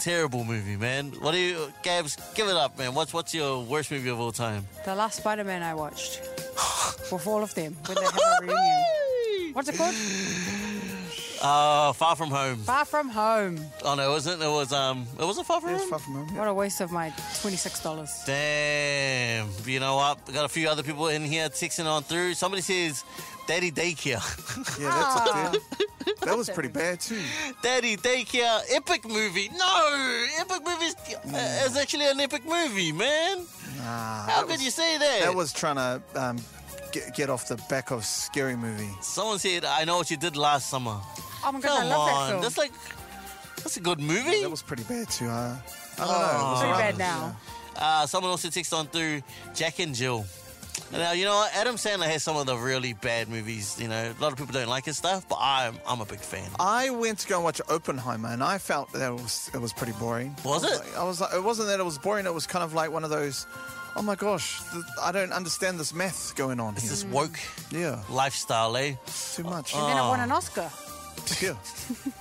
Speaker 4: Terrible movie, man. What do you, Gabs? Give it up, man. What's what's your worst movie of all time?
Speaker 2: The last Spider Man I watched. With all of them, when they have a reunion. What's it called?
Speaker 4: Uh, Far From Home.
Speaker 2: Far From Home.
Speaker 4: Oh no, it wasn't. It was um, it was a Far From
Speaker 3: It's
Speaker 4: Home.
Speaker 3: far from home.
Speaker 2: What a waste of my $26.
Speaker 4: Damn. You know what? We got a few other people in here texting on through. Somebody says, Daddy Daycare.
Speaker 3: Yeah, that's up there.
Speaker 4: Ah.
Speaker 3: That was pretty bad too.
Speaker 4: Daddy Daycare, epic movie. No! Epic movie is uh, is actually an epic movie, man. How could you say that?
Speaker 3: That was trying to um, get, get off the back of scary movie.
Speaker 4: Someone said, I know what you did last summer.
Speaker 2: Oh my god,
Speaker 4: Come
Speaker 2: I love
Speaker 4: on.
Speaker 2: that film.
Speaker 4: That's like, that's a good movie.
Speaker 3: That was pretty bad too. Huh? I don't know. It
Speaker 2: Oh.
Speaker 3: was
Speaker 2: Pretty bad
Speaker 4: Oh.
Speaker 2: now.
Speaker 3: rubbish,
Speaker 4: Uh, someone also texted on through Jack and Jill. Now you know what? Adam Sandler has some of the really bad movies. You know, a lot of people don't like his stuff, but I'm I'm a big fan.
Speaker 2: Mm.
Speaker 3: I went to go and watch Oppenheimer, and I felt that it was it was pretty boring.
Speaker 4: Was
Speaker 3: I
Speaker 4: it?
Speaker 3: Like, I was like, it wasn't that it was boring. It was kind of like one of those, oh my gosh, th- I don't understand this math going on
Speaker 4: It's
Speaker 3: here.
Speaker 4: this woke
Speaker 3: Yeah,
Speaker 4: lifestyle, eh?
Speaker 3: too much.
Speaker 2: And then I won an Oscar.
Speaker 3: yeah,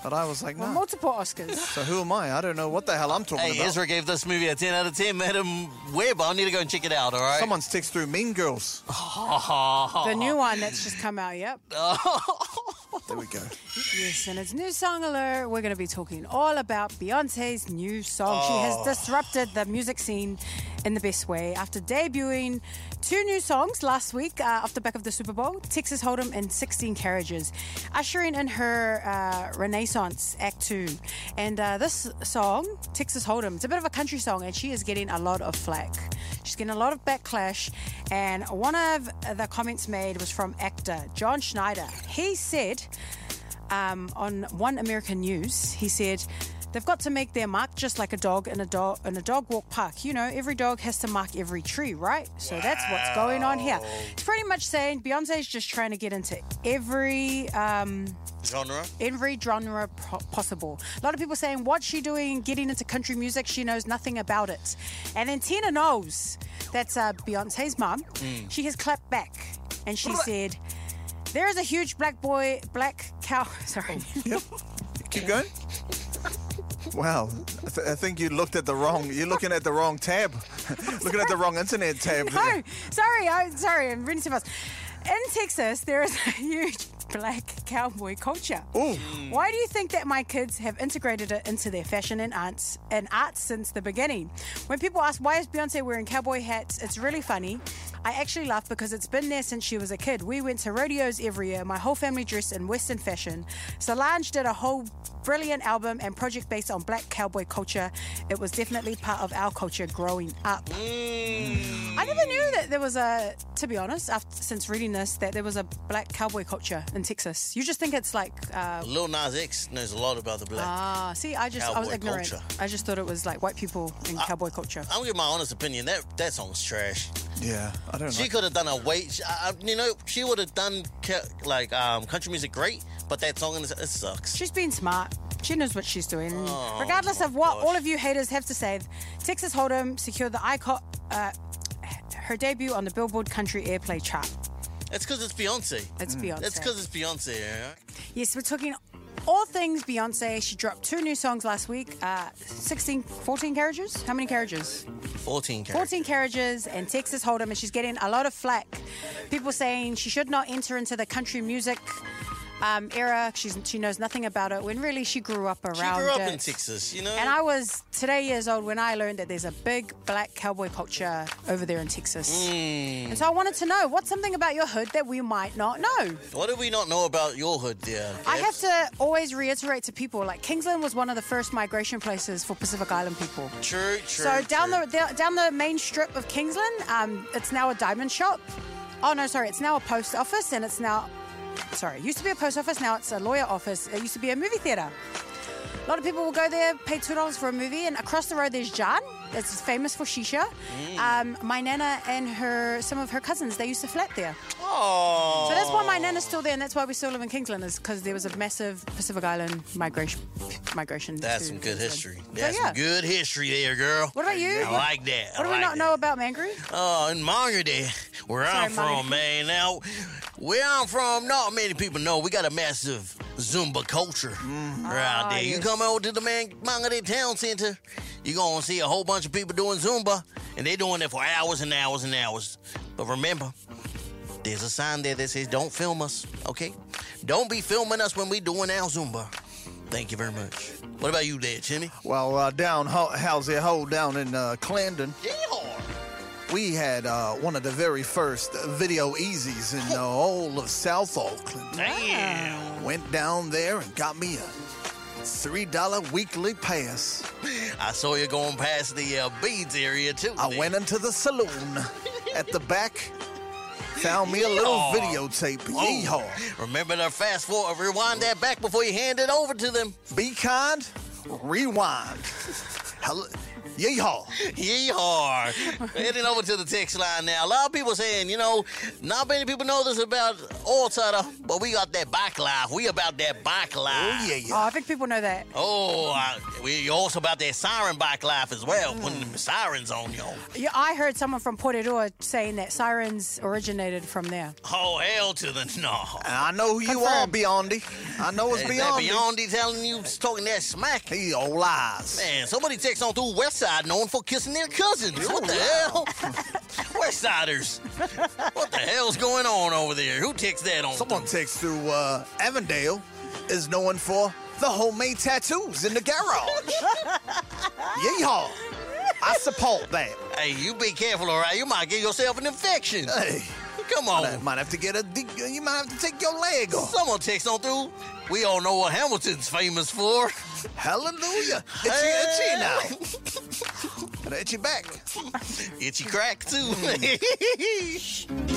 Speaker 3: but I was like,
Speaker 2: Well,
Speaker 3: no.
Speaker 2: multiple Oscars.
Speaker 3: So who am I? I don't know what the hell I'm talking
Speaker 4: Hey,
Speaker 3: about.
Speaker 4: Ezra gave this movie a 10 out of 10. Madam Webb, I need to go and check it out, all right?
Speaker 3: Someone's text through Mean Girls.
Speaker 2: The
Speaker 4: Oh.
Speaker 2: new one that's just come out, yep.
Speaker 3: There we go.
Speaker 2: Yes, and it's new song alert. We're going to be talking all about Beyonce's new song. She has disrupted the music scene in the best way after debuting two new songs last week uh, off the back of the Super Bowl Texas Hold'em and 16 Carriages, ushering in her uh, renaissance act two. And uh, this song, Texas Hold'em, it's a bit of a country song, and she is getting a lot of flack. She's getting a lot of backlash, and one of the comments made was from actor John Schneider. He said, um, on One American News. He said, "They've got to make their mark just like a dog in a dog in a dog walk park. You know, every dog has to mark every tree, right? So that's what's going on here. It's pretty much saying Beyonce's just trying to get into every." Um,
Speaker 4: Genre?
Speaker 2: every genre po- possible. A lot of people saying, What's she doing getting into country music? She knows nothing about it. And then Tina knows that's uh, Beyonce's mum. She has clapped back and she said, There is a huge black boy, black cow. Sorry.
Speaker 3: Keep going. Wow, I, th- I think you looked at the wrong. You're looking at the wrong tab. looking at the wrong internet tab.
Speaker 2: no, sorry, I'm sorry, I'm reading too fast. In Texas, there is a huge black cowboy culture. Hmm. Why do you think that my kids have integrated it into their fashion and arts and arts since the beginning? When people ask why is Beyonce wearing cowboy hats, it's really funny. I actually laugh because it's been there since she was a kid. We went to rodeos every year. My whole family dressed in Western fashion. Solange did a whole brilliant album and project based on black cowboy culture. It was definitely part of our culture growing up. I never knew that there was a. To be honest, after, since reading this, that there was a black cowboy culture in Texas. You just think it's like. Uh,
Speaker 4: Lil Nas X knows a lot about the black.
Speaker 2: ah, see, I just I was
Speaker 4: Cowboy
Speaker 2: ignorant.
Speaker 4: culture. Uh,
Speaker 2: I just thought it was like white people and cowboy culture.
Speaker 4: I'm gonna give my honest opinion. That that song's trash.
Speaker 3: Yeah, I don't know.
Speaker 4: She could have done a way. she- I- I- You know, she would have done ca- like um, country music great, but that song is- it sucks.
Speaker 2: She's being smart. She knows what she's doing.
Speaker 4: Oh,
Speaker 2: Regardless of what all of you haters have to say, Texas Hold'em secured the icon. Uh, her debut on the Billboard Country Airplay chart.
Speaker 4: It's because it's Beyonce.
Speaker 2: It's Beyonce.
Speaker 4: It's because it's Beyonce. Yeah?
Speaker 2: Yes, we're talking all things Beyonce. She dropped two new songs last week uh, 16, 14 carriages? How many carriages?
Speaker 4: 14 carats.
Speaker 2: 14 carriages and Texas Hold'em, and she's getting a lot of flack. People saying she should not enter into the country music um, era. She's, she knows nothing about it when really she grew up around
Speaker 4: She grew up
Speaker 2: it.
Speaker 4: in Texas, you know?
Speaker 2: And I was today years old when I learned that there's a big black cowboy culture over there in Texas.
Speaker 4: Mm.
Speaker 2: And so I wanted to know what's something about your hood that we might not know.
Speaker 4: what do we not know about your hood, dear?
Speaker 2: I have to always reiterate to people like Kingsland was one of the first migration places for Pacific Island people.
Speaker 4: True, true.
Speaker 2: So down
Speaker 4: true.
Speaker 2: the, the down the main strip of Kingsland, um, it's now a diamond shop. Oh no, sorry, it's now a post office, and it's now sorry, it used to be a post office, now it's a lawyer office. It used to be a movie theater. A lot of people will go there, pay two dollars for a movie, and across the road there's Jan, that's famous for shisha.
Speaker 4: Mm.
Speaker 2: Um, my nana and her some of her cousins they used to flat there.
Speaker 4: Oh.
Speaker 2: So that's why my nana's still there, and that's why we still live in Kingsland, is because there was a massive Pacific Island migration. Migration.
Speaker 4: That's
Speaker 2: to
Speaker 4: some good
Speaker 2: Kingsland.
Speaker 4: history.
Speaker 2: So,
Speaker 4: That's
Speaker 2: yeah.
Speaker 4: some good history there, girl.
Speaker 2: What about you?
Speaker 4: I like that.
Speaker 2: What do
Speaker 4: I
Speaker 2: we
Speaker 4: like that.
Speaker 2: not know about Mangere?
Speaker 4: Oh, in Monger Day, where I'm
Speaker 2: Sorry, Monger.
Speaker 4: from, man. Now, where I'm from, not many people know we got a massive Zumba culture around there. You
Speaker 2: Mm-hmm. Ah, yes.
Speaker 4: come over to the man, Monger Day Town Center, you're going to see a whole bunch of people doing Zumba, and they're doing it for hours and hours and hours. But remember, there's a sign there that says, don't film us, okay? Don't be filming us when we doing our Zumba. Thank you very much. What about you there, Jimmy?
Speaker 3: Well, uh, down ho- how's it hole down in uh, Clandon?
Speaker 4: Yeah.
Speaker 3: We had uh, one of the very first video easies in the whole of South Auckland.
Speaker 4: Damn.
Speaker 3: Went down there and got me a three dollar weekly pass.
Speaker 4: I saw you going past the uh, beads area, too.
Speaker 3: I
Speaker 4: there.
Speaker 3: went into the saloon at the back, found me a little
Speaker 4: Yeehaw.
Speaker 3: videotape. Yeehaw!
Speaker 4: Remember to fast forward, rewind that back before you hand it over to them.
Speaker 3: Be kind, rewind. Hello. Yeehaw!
Speaker 4: Yeehaw. Heading over to the text line now. A lot of people saying, you know, not many people know this about Old Tutter, but we got that bike life. We about that bike life.
Speaker 3: Oh yeah,
Speaker 2: Oh,
Speaker 4: Ah.
Speaker 3: yeah.
Speaker 2: I think people know that.
Speaker 4: Oh, I, we also about that siren bike life as well. When the sirens on you.
Speaker 2: Yeah, I heard someone from Porterua saying that sirens originated from there.
Speaker 4: Oh hell to the no.
Speaker 3: And I know who you are,
Speaker 2: Confirmed.
Speaker 3: Beyondy. I know it's
Speaker 4: Is that
Speaker 3: Beyondy.
Speaker 4: Beyondy telling you talking that smack?
Speaker 3: He all lies.
Speaker 4: Man, somebody texts on through Westside known for kissing their cousins. What the hell? Westsiders. What the hell's going on over there? Who texts that on?
Speaker 3: Someone texts through uh, Avondale is known for the homemade tattoos in the garage. Yeehaw! I support that.
Speaker 4: Hey, you be careful, all right? You might get yourself an infection.
Speaker 3: Hey,
Speaker 4: Come
Speaker 3: I
Speaker 4: on.
Speaker 3: might have to get a. de- You might have to take your leg off.
Speaker 4: Someone texts on through. We all know what Hamilton's famous for.
Speaker 3: Hallelujah! Itchy, itchy now. Gotta itch your back.
Speaker 4: Itchy crack, too.